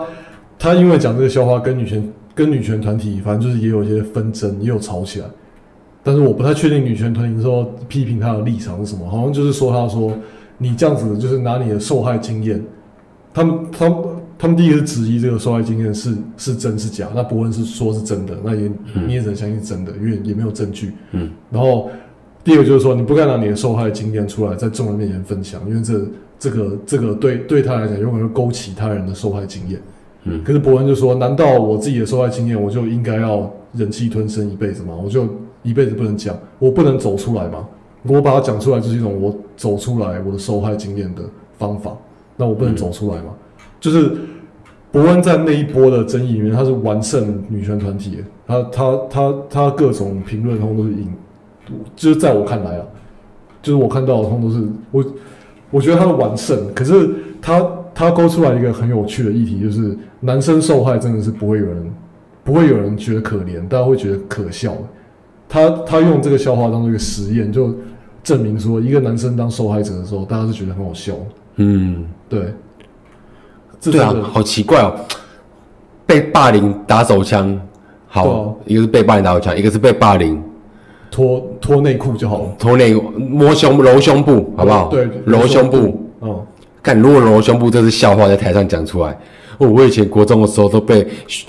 [SPEAKER 2] 他因为讲这个笑话，跟女权跟女权团体，反正就是也有一些纷争，也有吵起来。但是我不太确定女权团体说批评他的立场是什么，好像就是说他说你这样子就是拿你的受害经验，他们他们他们第一个是质疑这个受害经验是是真是假，那伯恩是说是真的，那也你也只能相信是真的，因为也没有证据。
[SPEAKER 1] 嗯，
[SPEAKER 2] 然后第二个就是说你不该拿你的受害经验出来在众人面前分享，因为这这个这个对对他来讲有可能会勾起他人的受害经验。
[SPEAKER 1] 嗯
[SPEAKER 2] 可是伯恩就说：“难道我自己的受害经验，我就应该要忍气吞声一辈子吗？我就一辈子不能讲，我不能走出来吗？我把它讲出来，就是一种我走出来我的受害经验的方法。那我不能走出来吗？就是伯恩在那一波的争议里面，他是完胜女权团体的，他他他他各种评论通都是赢，就是在我看来啊，就是我看到的通都是我，我觉得他的完胜，可是他他勾出来一个很有趣的议题，就是男生受害真的是不会有人不会有人觉得可怜，大家会觉得可笑。他他用这个笑话当做一个实验，就证明说一个男生当受害者的时候，大家是觉得很好笑。
[SPEAKER 1] 嗯，
[SPEAKER 2] 对，这
[SPEAKER 1] 对啊
[SPEAKER 2] 真的，
[SPEAKER 1] 好奇怪哦。被霸凌打手枪，
[SPEAKER 2] 对
[SPEAKER 1] 好
[SPEAKER 2] 啊，
[SPEAKER 1] 一个是被霸凌打手枪，一个是被霸凌
[SPEAKER 2] 脱脱内裤就好了，
[SPEAKER 1] 头内摸胸揉胸部，好不好？
[SPEAKER 2] 对，
[SPEAKER 1] 揉胸部。，
[SPEAKER 2] 嗯，
[SPEAKER 1] 干，如果揉胸部，这是笑话，在台上讲出来。哦，我以前国中的时候都被嘘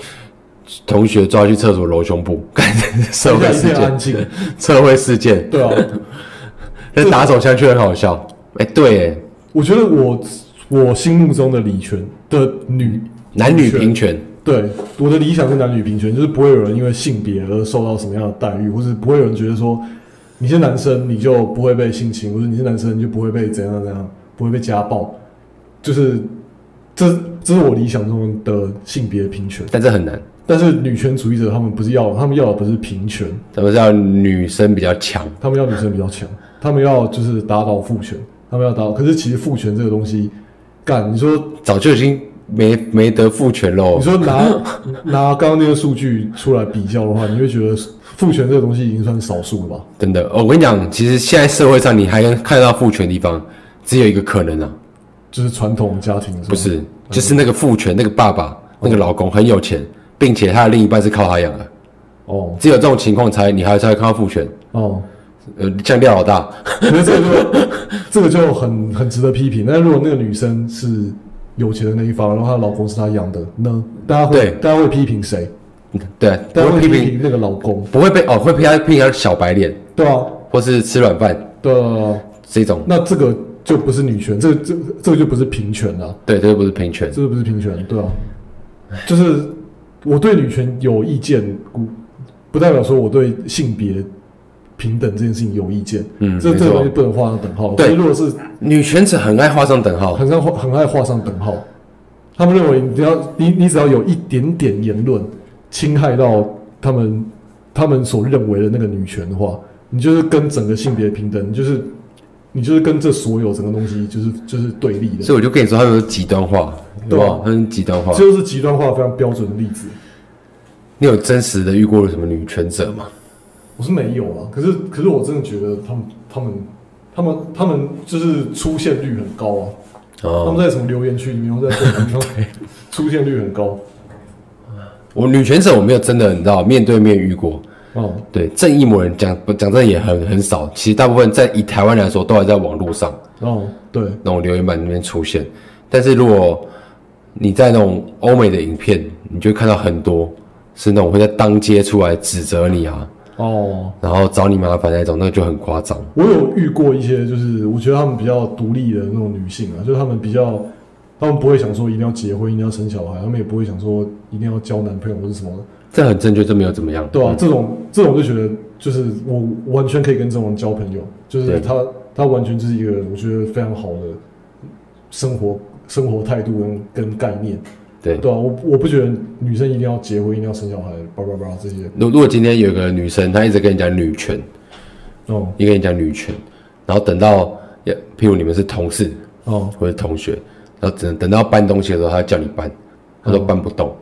[SPEAKER 1] 同学抓去厕所揉胸部，干，社会
[SPEAKER 2] 一
[SPEAKER 1] 事
[SPEAKER 2] 片安
[SPEAKER 1] 件，
[SPEAKER 2] 静，
[SPEAKER 1] 社会事件。
[SPEAKER 2] 啊 对啊，
[SPEAKER 1] 但打手枪却很好笑。哎、对耶，
[SPEAKER 2] 我觉得我我心目中的李泉的女
[SPEAKER 1] 男女平权，
[SPEAKER 2] 对，我的理想是男女平权，就是不会有人因为性别而受到什么样的待遇，或是不会有人觉得说你是男生你就不会被性侵，或者你是男生你就不会被怎样怎样，不会被家暴，就是这这是我理想中的性别平权。
[SPEAKER 1] 但这很难。
[SPEAKER 2] 但是女权主义者他们不是要，他们要的不是平权，
[SPEAKER 1] 咱们是要女生比较强，
[SPEAKER 2] 他们要女生比较强，他们要就是打倒父权，他们要打倒。可是其实父权这个东西，干你说
[SPEAKER 1] 早就已经没没得父权喽
[SPEAKER 2] 你。说拿拿刚刚那个数据出来比较的话，你会觉得父权这个东西已经算少数了吧？
[SPEAKER 1] 真的，哦我跟你讲，其实现在社会上你还能看得到父权的地方，只有一个可能啊，
[SPEAKER 2] 就是传统家庭
[SPEAKER 1] 不
[SPEAKER 2] 不
[SPEAKER 1] 是，就是那个父权那个爸爸那个老公很有钱，并且他的另一半是靠他养的，
[SPEAKER 2] 哦
[SPEAKER 1] 只有这种情况才你还才会看到父权。
[SPEAKER 2] 哦，
[SPEAKER 1] 呃，像廖老大，
[SPEAKER 2] 可是这个就这个就很很值得批评。但如果那个女生是有钱的那一方，然后她老公是她养的呢，大家会
[SPEAKER 1] 对
[SPEAKER 2] 大家会批评谁？
[SPEAKER 1] 对，不
[SPEAKER 2] 大家
[SPEAKER 1] 会
[SPEAKER 2] 会
[SPEAKER 1] 批
[SPEAKER 2] 批
[SPEAKER 1] 评，
[SPEAKER 2] 评那个老公，
[SPEAKER 1] 不会被哦，会批他批他小白脸
[SPEAKER 2] 对啊，
[SPEAKER 1] 或是吃软饭
[SPEAKER 2] 对啊对啊对啊
[SPEAKER 1] 这种，
[SPEAKER 2] 那这个就不是女权，这这这个就不是平权了、
[SPEAKER 1] 对，这不是平权。
[SPEAKER 2] 这个不是平权，对啊，就是我对女权有意见，不不代表说我对性别平等这件事情有意见。
[SPEAKER 1] 嗯
[SPEAKER 2] 这
[SPEAKER 1] 没
[SPEAKER 2] 这个
[SPEAKER 1] 错
[SPEAKER 2] 东西不能画上等号。
[SPEAKER 1] 对
[SPEAKER 2] 所以如果是
[SPEAKER 1] 女权者很爱画上等号，
[SPEAKER 2] 很爱画很爱画上等号，他们认为你只要你你只要有一点点言论侵害到他们他们所认为的那个女权的话，你就是跟整个性别平等，你就是你就是跟这所有整个东西就是就是对立的，
[SPEAKER 1] 嗯所以我就跟你说，他们是极端化，对
[SPEAKER 2] 对啊
[SPEAKER 1] 吧？他们是极端化
[SPEAKER 2] 这。就是极端化非常标准的例子。
[SPEAKER 1] 你有真实的遇过什么女权者吗？
[SPEAKER 2] 我是没有啊，可是可是我真的觉得他们他们他们他们就是出现率很高啊，他
[SPEAKER 1] 哦
[SPEAKER 2] 们，在什么留言区里面，或者在什 么地方出现率很高
[SPEAKER 1] 我女权者我没有真的，你知道，面对面遇过。
[SPEAKER 2] 哦，
[SPEAKER 1] 对，正义魔人讲讲真的也很很少，其实大部分在以台湾来说，都还在网络上
[SPEAKER 2] 哦对，
[SPEAKER 1] 那种留言板里面出现。但是如果你在那种欧美的影片，你就会看到很多是那种会在当街出来指责你啊，
[SPEAKER 2] 哦，
[SPEAKER 1] 然后找你麻烦那种，那就很夸张。
[SPEAKER 2] 我有遇过一些就是我觉得他们比较独立的那种女性啊，就是他们比较。他们不会想说一定要结婚，一定要生小孩，他们也不会想说一定要交男朋友或者什么的，
[SPEAKER 1] 这很正确，这没有怎么样。
[SPEAKER 2] 对啊，这种这种就觉得就是我完全可以跟这种人交朋友，就
[SPEAKER 1] 对
[SPEAKER 2] 是他他完全就是一个我觉得非常好的生活生活态度跟跟概念，
[SPEAKER 1] 对，
[SPEAKER 2] 对啊，我我不觉得女生一定要结婚，一定要生小孩，叭叭叭这些，
[SPEAKER 1] 如如果今天有一个女生，她一直跟你讲女权，
[SPEAKER 2] 哦
[SPEAKER 1] 一直跟你讲女权，然后等到要，譬如你们是同事
[SPEAKER 2] 哦，
[SPEAKER 1] 或者同学，然后等等到搬东西的时候，她叫你搬，她说搬不动，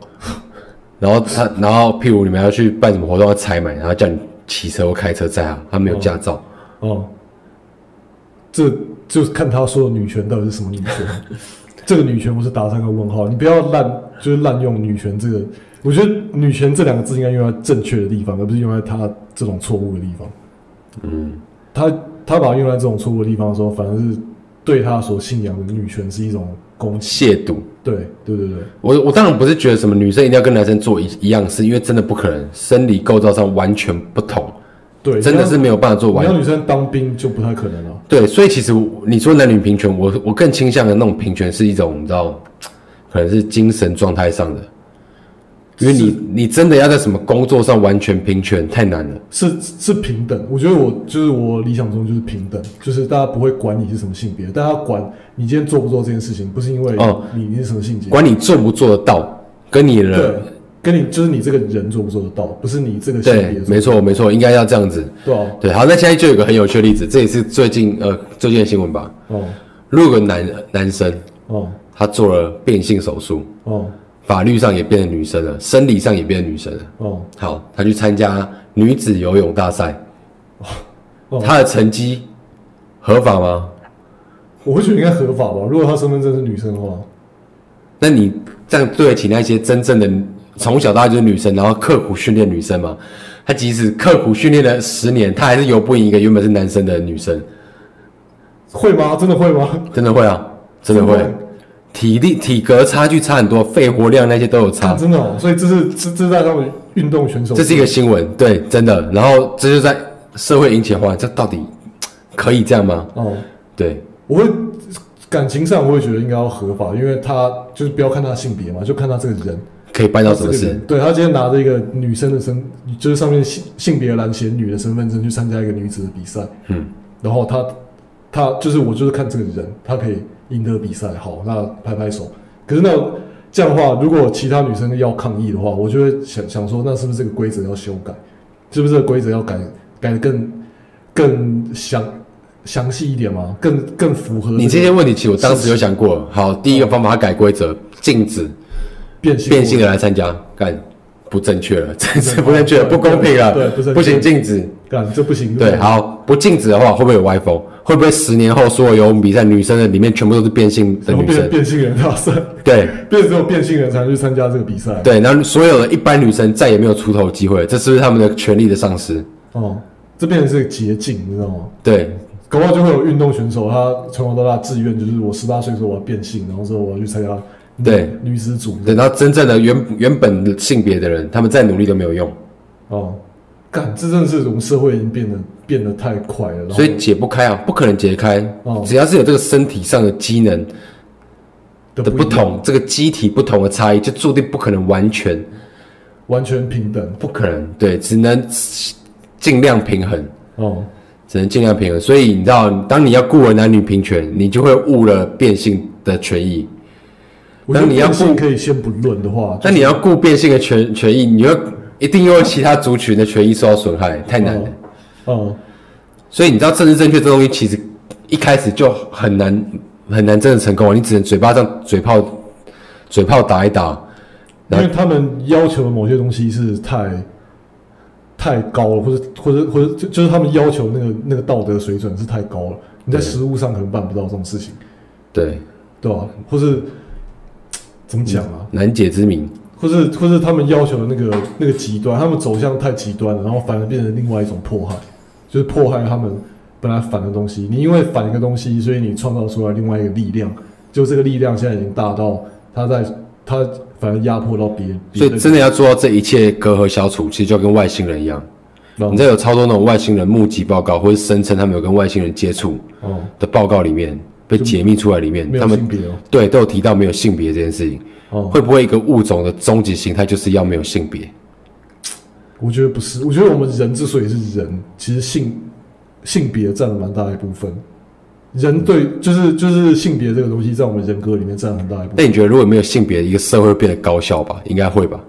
[SPEAKER 1] 然后她然后譬如你们要去办什么活动要采买，然后叫你骑车或开车载她，她没有驾照，
[SPEAKER 2] 哦，这就是看他说的女权到底是什么女权。这个女权我是打上个问号，你不要滥就是滥用女权这个，我觉得女权这两个字应该用在正确的地方，而不是用在它这种错误的地方。嗯，他他把它用在这种错误的地方的时候，反而是对他所信仰的女权是一种攻击。
[SPEAKER 1] 亵渎。
[SPEAKER 2] 对对对对，
[SPEAKER 1] 我我当然不是觉得什么女生一定要跟男生做一一样事，因为真的不可能，生理构造上完全不同，
[SPEAKER 2] 对，
[SPEAKER 1] 真的是
[SPEAKER 2] 你
[SPEAKER 1] 没有办法做
[SPEAKER 2] 要
[SPEAKER 1] 完
[SPEAKER 2] 你要女生当兵就不太可能了。
[SPEAKER 1] 对，所以其实我你说男女平权，我我更倾向的那种平权是一种你知道，可能是精神状态上的，因为
[SPEAKER 2] 是
[SPEAKER 1] 你你真的要在什么工作上完全平权太难了。
[SPEAKER 2] 是是平等，我觉得我就是我理想中就是平等，就是大家不会管你是什么性别，大家管你今天做不做这件事情，不是因为
[SPEAKER 1] 哦
[SPEAKER 2] 你你是什么性别，
[SPEAKER 1] 管你做不做得到，跟你
[SPEAKER 2] 对
[SPEAKER 1] 的，
[SPEAKER 2] 跟你就是你这个人做不做得到，不是你这个性
[SPEAKER 1] 对
[SPEAKER 2] 别，，
[SPEAKER 1] 没，错没错，应该要这样子。
[SPEAKER 2] 对啊，
[SPEAKER 1] 对，好，那现在就有个很有趣的例子，这也是最近呃最近的新闻吧。
[SPEAKER 2] 哦
[SPEAKER 1] 如果有个男男生
[SPEAKER 2] 哦
[SPEAKER 1] 他做了变性手术，
[SPEAKER 2] 哦
[SPEAKER 1] 法律上也变成女生了，生理上也变成女生了。
[SPEAKER 2] 哦
[SPEAKER 1] 好，他去参加女子游泳大赛，
[SPEAKER 2] 哦，
[SPEAKER 1] 他的成绩合法吗？
[SPEAKER 2] 我会觉得应该合法吧，如果他身份证是女生的话，
[SPEAKER 1] 那你这样对得起那些真正的从小到大就是女生，然后刻苦训练女生嘛。她即使刻苦训练了十年，她还是游不赢一个原本是男生的女生。
[SPEAKER 2] 会吗？真的会吗？
[SPEAKER 1] 真的会啊， 真的会
[SPEAKER 2] 真的会。
[SPEAKER 1] 体力、体格差距差很多，肺活量那些都有差
[SPEAKER 2] 啊，。真的哦。所以这是这这是在他们运动选手，
[SPEAKER 1] 这是一个新闻，对，真的。然后这就在社会引起的话，这到底可以这样吗？
[SPEAKER 2] 哦，
[SPEAKER 1] 对，
[SPEAKER 2] 我会感情上我会觉得应该要合法，因为他就是不要看他的性别嘛，就看他这个人。
[SPEAKER 1] 可以办到什么
[SPEAKER 2] 这个
[SPEAKER 1] 事
[SPEAKER 2] 人？对他今天拿着一个女生的身，就是上面性性别栏写女的身份证去参加一个女子的比赛，
[SPEAKER 1] 嗯，
[SPEAKER 2] 然后他他就是我就是看这个人，他可以赢得比赛，好，那拍拍手。可是那这样的话，如果其他女生要抗议的话，我就会想想说，那是不是这个规则要修改？是不是这个规则要改改的更更详详细一点吗？更更符合
[SPEAKER 1] 你
[SPEAKER 2] 这
[SPEAKER 1] 这
[SPEAKER 2] 个
[SPEAKER 1] 些问题，其实我当时有想过。好，第一个方法改规
[SPEAKER 2] 嗯
[SPEAKER 1] 则，禁止
[SPEAKER 2] 变性
[SPEAKER 1] 变性的来参加，干不正确了，真是不正确了，
[SPEAKER 2] 对
[SPEAKER 1] 不公平了，
[SPEAKER 2] 对不正确嗯
[SPEAKER 1] 不行禁止。
[SPEAKER 2] 干这不行，
[SPEAKER 1] 对，好，不禁止的话，会不会有歪风？会不会十年后所有游泳比赛女生的里面全部都是变性的
[SPEAKER 2] 然后
[SPEAKER 1] 女
[SPEAKER 2] 变
[SPEAKER 1] 生？
[SPEAKER 2] 变性人大赛。
[SPEAKER 1] 对
[SPEAKER 2] 变只有变性人才能去参加这个比赛。
[SPEAKER 1] 对，然后所有的一般女生再也没有出头机会了，这是不是他们的权利的丧失？
[SPEAKER 2] 哦，这变成是个捷径，你知道吗？
[SPEAKER 1] 对，
[SPEAKER 2] 搞不好就会有运动选手，他从小到大志愿就是我十八岁的时候我要变性，然后之后我要去参加女
[SPEAKER 1] 对
[SPEAKER 2] 女子组
[SPEAKER 1] 等到真正的原原本性别的人，他们再努力都没有用，
[SPEAKER 2] 哦。干，这真的是我们社会已经变得变得太快了，然后
[SPEAKER 1] 所以解不开啊，不可能解开
[SPEAKER 2] 哦。
[SPEAKER 1] 只要是有这个身体上的机能
[SPEAKER 2] 的
[SPEAKER 1] 的
[SPEAKER 2] 不
[SPEAKER 1] 不
[SPEAKER 2] 一样，
[SPEAKER 1] 同，这个机体不同的差异，就注定不可能完全，
[SPEAKER 2] 完全平等
[SPEAKER 1] 不可能，对，只能尽量平衡。
[SPEAKER 2] 哦。
[SPEAKER 1] 只能尽量平衡。所以你知道，当你要顾了男女平权，你就会误了变性的权益。
[SPEAKER 2] 我觉得
[SPEAKER 1] 但你要
[SPEAKER 2] 变性
[SPEAKER 1] 不
[SPEAKER 2] 可以先不论的话，
[SPEAKER 1] 但你要顾变性的权权益，你又一定又有其他族群的权益受到损害，太难了。
[SPEAKER 2] 哦，
[SPEAKER 1] 所以你知道，政治正确这东西其实一开始就很难很难真的成功，你只能嘴巴上嘴炮嘴炮打一打。
[SPEAKER 2] 因
[SPEAKER 1] 然后
[SPEAKER 2] 为他们要求的某些东西是太太高了，或者或者或者就就是他们要求那个那个道德水准是太高了，你在
[SPEAKER 1] 对
[SPEAKER 2] 实物上可能办不到这种事情，
[SPEAKER 1] 对，
[SPEAKER 2] 对吧、或是怎么讲啊？
[SPEAKER 1] 难解之谜。
[SPEAKER 2] 或是或是他们要求的那个那个极端，他们走向太极端了，然后反而变成另外一种迫害，就是迫害他们本来反的东西。你因为反一个东西，所以你创造出来另外一个力量，就这个力量现在已经大到它在它反而压迫到别
[SPEAKER 1] 所
[SPEAKER 2] 别
[SPEAKER 1] 以
[SPEAKER 2] 的
[SPEAKER 1] 真的要做到这一切隔阂消除，其实就跟外星人一样。
[SPEAKER 2] 哦
[SPEAKER 1] 你知道有超多那种外星人目击报告，或者声称他们有跟外星人接触，
[SPEAKER 2] 哦。
[SPEAKER 1] 的报告里面被解密出来，里面
[SPEAKER 2] 没
[SPEAKER 1] 他
[SPEAKER 2] 有
[SPEAKER 1] 们
[SPEAKER 2] 性别哦，
[SPEAKER 1] 对都有提到没有性别这件事情，
[SPEAKER 2] 哦，
[SPEAKER 1] 会不会一个物种的终极形态就是要没有性别？
[SPEAKER 2] 我觉得不是，我觉得我们人之所以是人，其实性性别占了蛮大一部分。人对，就是就是性别这个东西，在我们人格里面占了很大一部分。
[SPEAKER 1] 但你觉得如果没有性别，一个社会会变得高效吧？应该会吧？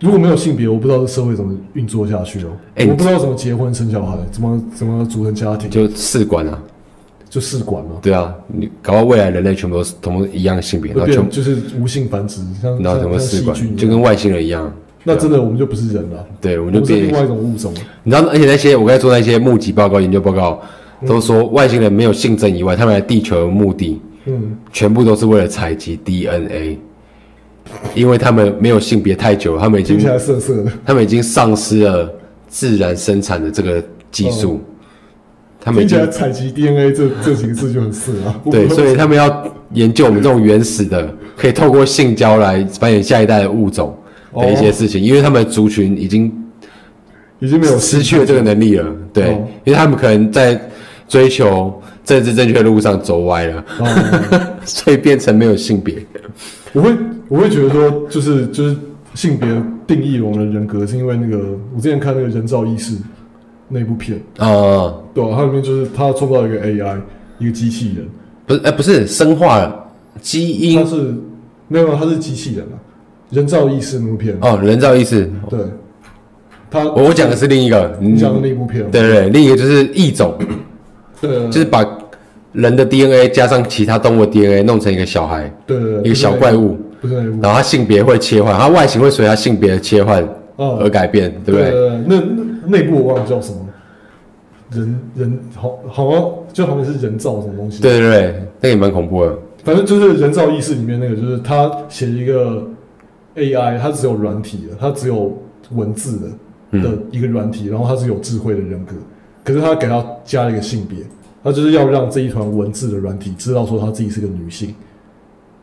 [SPEAKER 2] 如果没有性别，我不知道这社会怎么运作下去哦。
[SPEAKER 1] 哎
[SPEAKER 2] 我
[SPEAKER 1] 你
[SPEAKER 2] 不知道怎么结婚、生小孩，怎么怎么组成家庭，就
[SPEAKER 1] 就试管啊，
[SPEAKER 2] 就试管嘛，
[SPEAKER 1] 对啊，你搞到未来人类全部都是同样一样性别，然后
[SPEAKER 2] 会
[SPEAKER 1] 全
[SPEAKER 2] 变
[SPEAKER 1] 部
[SPEAKER 2] 就是无性繁殖，像
[SPEAKER 1] 然后全部
[SPEAKER 2] 像像
[SPEAKER 1] 试
[SPEAKER 2] 细
[SPEAKER 1] 管，
[SPEAKER 2] 菌一
[SPEAKER 1] 就
[SPEAKER 2] 样。
[SPEAKER 1] 跟外星人一样。
[SPEAKER 2] 那
[SPEAKER 1] 对啊
[SPEAKER 2] 真的我们就不是人了，
[SPEAKER 1] 对，我
[SPEAKER 2] 我
[SPEAKER 1] 们就是变
[SPEAKER 2] 另外一种物种。
[SPEAKER 1] 你知道，而且那些我刚才做那些目击报告、研究报告，都说外星人没有性征以外，他们来地球的目的
[SPEAKER 2] 嗯，
[SPEAKER 1] 全部都是为了采集 DNA，因为他们没有性别太久了，他们已经
[SPEAKER 2] 听起来涩涩的，
[SPEAKER 1] 他们已经丧失了自然生产的这个技术，他们已
[SPEAKER 2] 哦听起来
[SPEAKER 1] 经
[SPEAKER 2] 采集 DNA 这这几个字就很涩啊。
[SPEAKER 1] 对，所以
[SPEAKER 2] 他。
[SPEAKER 1] 他们要研究我们这种原始的，可以透过性交来繁衍下一代的物种的一
[SPEAKER 2] 哦
[SPEAKER 1] 些事情，因为他们的族群已经
[SPEAKER 2] 已经没有
[SPEAKER 1] 失去了这个能力了，对，
[SPEAKER 2] 哦
[SPEAKER 1] 因为他们可能在追求政治正确的路上走歪了，
[SPEAKER 2] 哦，
[SPEAKER 1] 所以变成没有性别。
[SPEAKER 2] 我会我会觉得说，就是就是性别定义我们的人格，是因为那个我之前看那个人造意识那部片，
[SPEAKER 1] 呃，
[SPEAKER 2] 对啊吧、它里面就是他创造一 个 AI，一个机器人，
[SPEAKER 1] 不是，哎、不是生化了，基
[SPEAKER 2] 他
[SPEAKER 1] 因
[SPEAKER 2] 是没有，他是机器人啊，人造意识那部片，
[SPEAKER 1] 哦，人造意识。
[SPEAKER 2] 对，他
[SPEAKER 1] 我我讲的是另一个，
[SPEAKER 2] 你
[SPEAKER 1] 你
[SPEAKER 2] 讲的那部片，
[SPEAKER 1] 对对对，另一个就是异种，
[SPEAKER 2] 对，
[SPEAKER 1] 就是把人的 DNA 加上其他动物的 DNA 弄成一个小孩，
[SPEAKER 2] 对对对
[SPEAKER 1] 一个小怪，物，
[SPEAKER 2] 不是那一部，
[SPEAKER 1] 然后它性别会切换，它外形会随它性别的切换
[SPEAKER 2] 哦
[SPEAKER 1] 而改变，对不
[SPEAKER 2] 对
[SPEAKER 1] 对？
[SPEAKER 2] 对，那那那部我忘了叫什么，人人好好像就好像是人造什么东西，
[SPEAKER 1] 对对对，那个也蛮恐怖的。
[SPEAKER 2] 反正就是人造意识里面那个，就是他写一个 AI 它只有软体的，它只有文字
[SPEAKER 1] 嗯
[SPEAKER 2] 的的一个软体，然后它是有智慧的人格，可是它给它加了一个性别，它就是要让这一团文字的软体知道说它自己是个女性，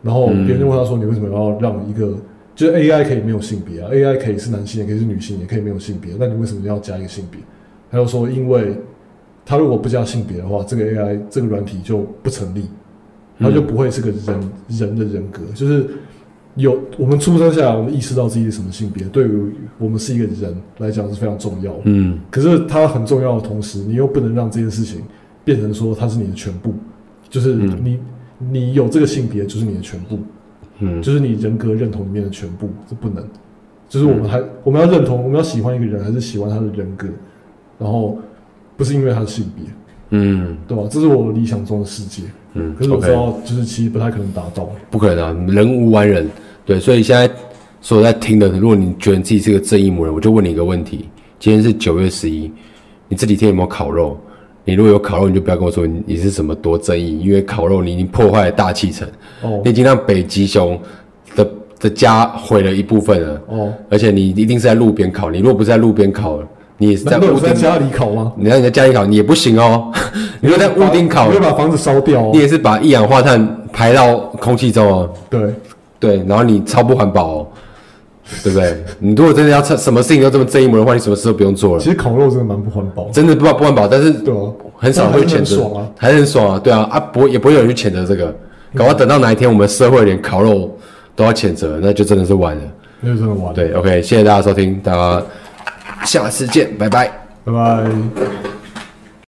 [SPEAKER 2] 然后别人就问他说：“你为什么要让一个就是 AI 可以没有性别啊？AI 可以是男性，也可以是女性，也可以没有性别，那你为什么要加一个性别？”他就说：“因为他如果不加性别的话，这个 AI 这个软体就不成立，它就不会是个人、人的人格，就是有我们出生下来，我们意识到自己是什么性别，对于我们是一个人来讲是非常重要的。
[SPEAKER 1] 嗯，
[SPEAKER 2] 可是它很重要的同时，你又不能让这件事情变成说它是你的全部，就是你、你有这个性别就是你的全部，
[SPEAKER 1] 嗯
[SPEAKER 2] 就是你人格认同里面的全部，这不能。就是我
[SPEAKER 1] 嗯
[SPEAKER 2] 们还、我们要认同，我们要喜欢一个人，还是喜欢他的人格，然后不是因为他的性别，
[SPEAKER 1] 嗯
[SPEAKER 2] 对吧？这是我理想中的世界。
[SPEAKER 1] 嗯
[SPEAKER 2] 可是我知
[SPEAKER 1] OK
[SPEAKER 2] 道，就是其实不太可能达到。
[SPEAKER 1] 不可能啊，人无完人。对，所以现在所有在听的，如果你觉得你自己是个正义魔人，我就问你一个问题：今天是九月十一，你这几天有没有烤肉？你如果有烤肉，你就不要跟我说你你是什么多正义，因为烤肉你已经破坏了大气层，
[SPEAKER 2] 哦
[SPEAKER 1] 你已经让北极熊的的家毁了一部分了。
[SPEAKER 2] 哦，
[SPEAKER 1] 而且你一定是在路边烤，你如果不是在路边烤，你也是在
[SPEAKER 2] 难道
[SPEAKER 1] 屋
[SPEAKER 2] 我在
[SPEAKER 1] 顶，
[SPEAKER 2] 家里烤吗？
[SPEAKER 1] 你让你在家里烤你也不行哦。你如果在屋顶烤
[SPEAKER 2] 你，会把房子烧掉、哦
[SPEAKER 1] 你。也是把一氧化碳排到空气中哦。
[SPEAKER 2] 对，
[SPEAKER 1] 对，然后你超不环保、哦，对不对？你如果真的要什么事情都这么正义魔人的话，你什么事都不用做了
[SPEAKER 2] 其，实烤肉真的蛮不环保的。
[SPEAKER 1] 真的不不环保，但是
[SPEAKER 2] 对啊，
[SPEAKER 1] 很少会谴
[SPEAKER 2] 但还是很
[SPEAKER 1] 责，
[SPEAKER 2] 爽啊。
[SPEAKER 1] 还是很爽啊，对啊，啊不会也不会有人去谴责这个，搞不好等到哪一天我们社会连烤肉都要谴责，那就真的是完了。
[SPEAKER 2] 那就真的完了。
[SPEAKER 1] 对，OK，谢谢大家收听，大家下次见，拜拜。
[SPEAKER 2] 拜拜。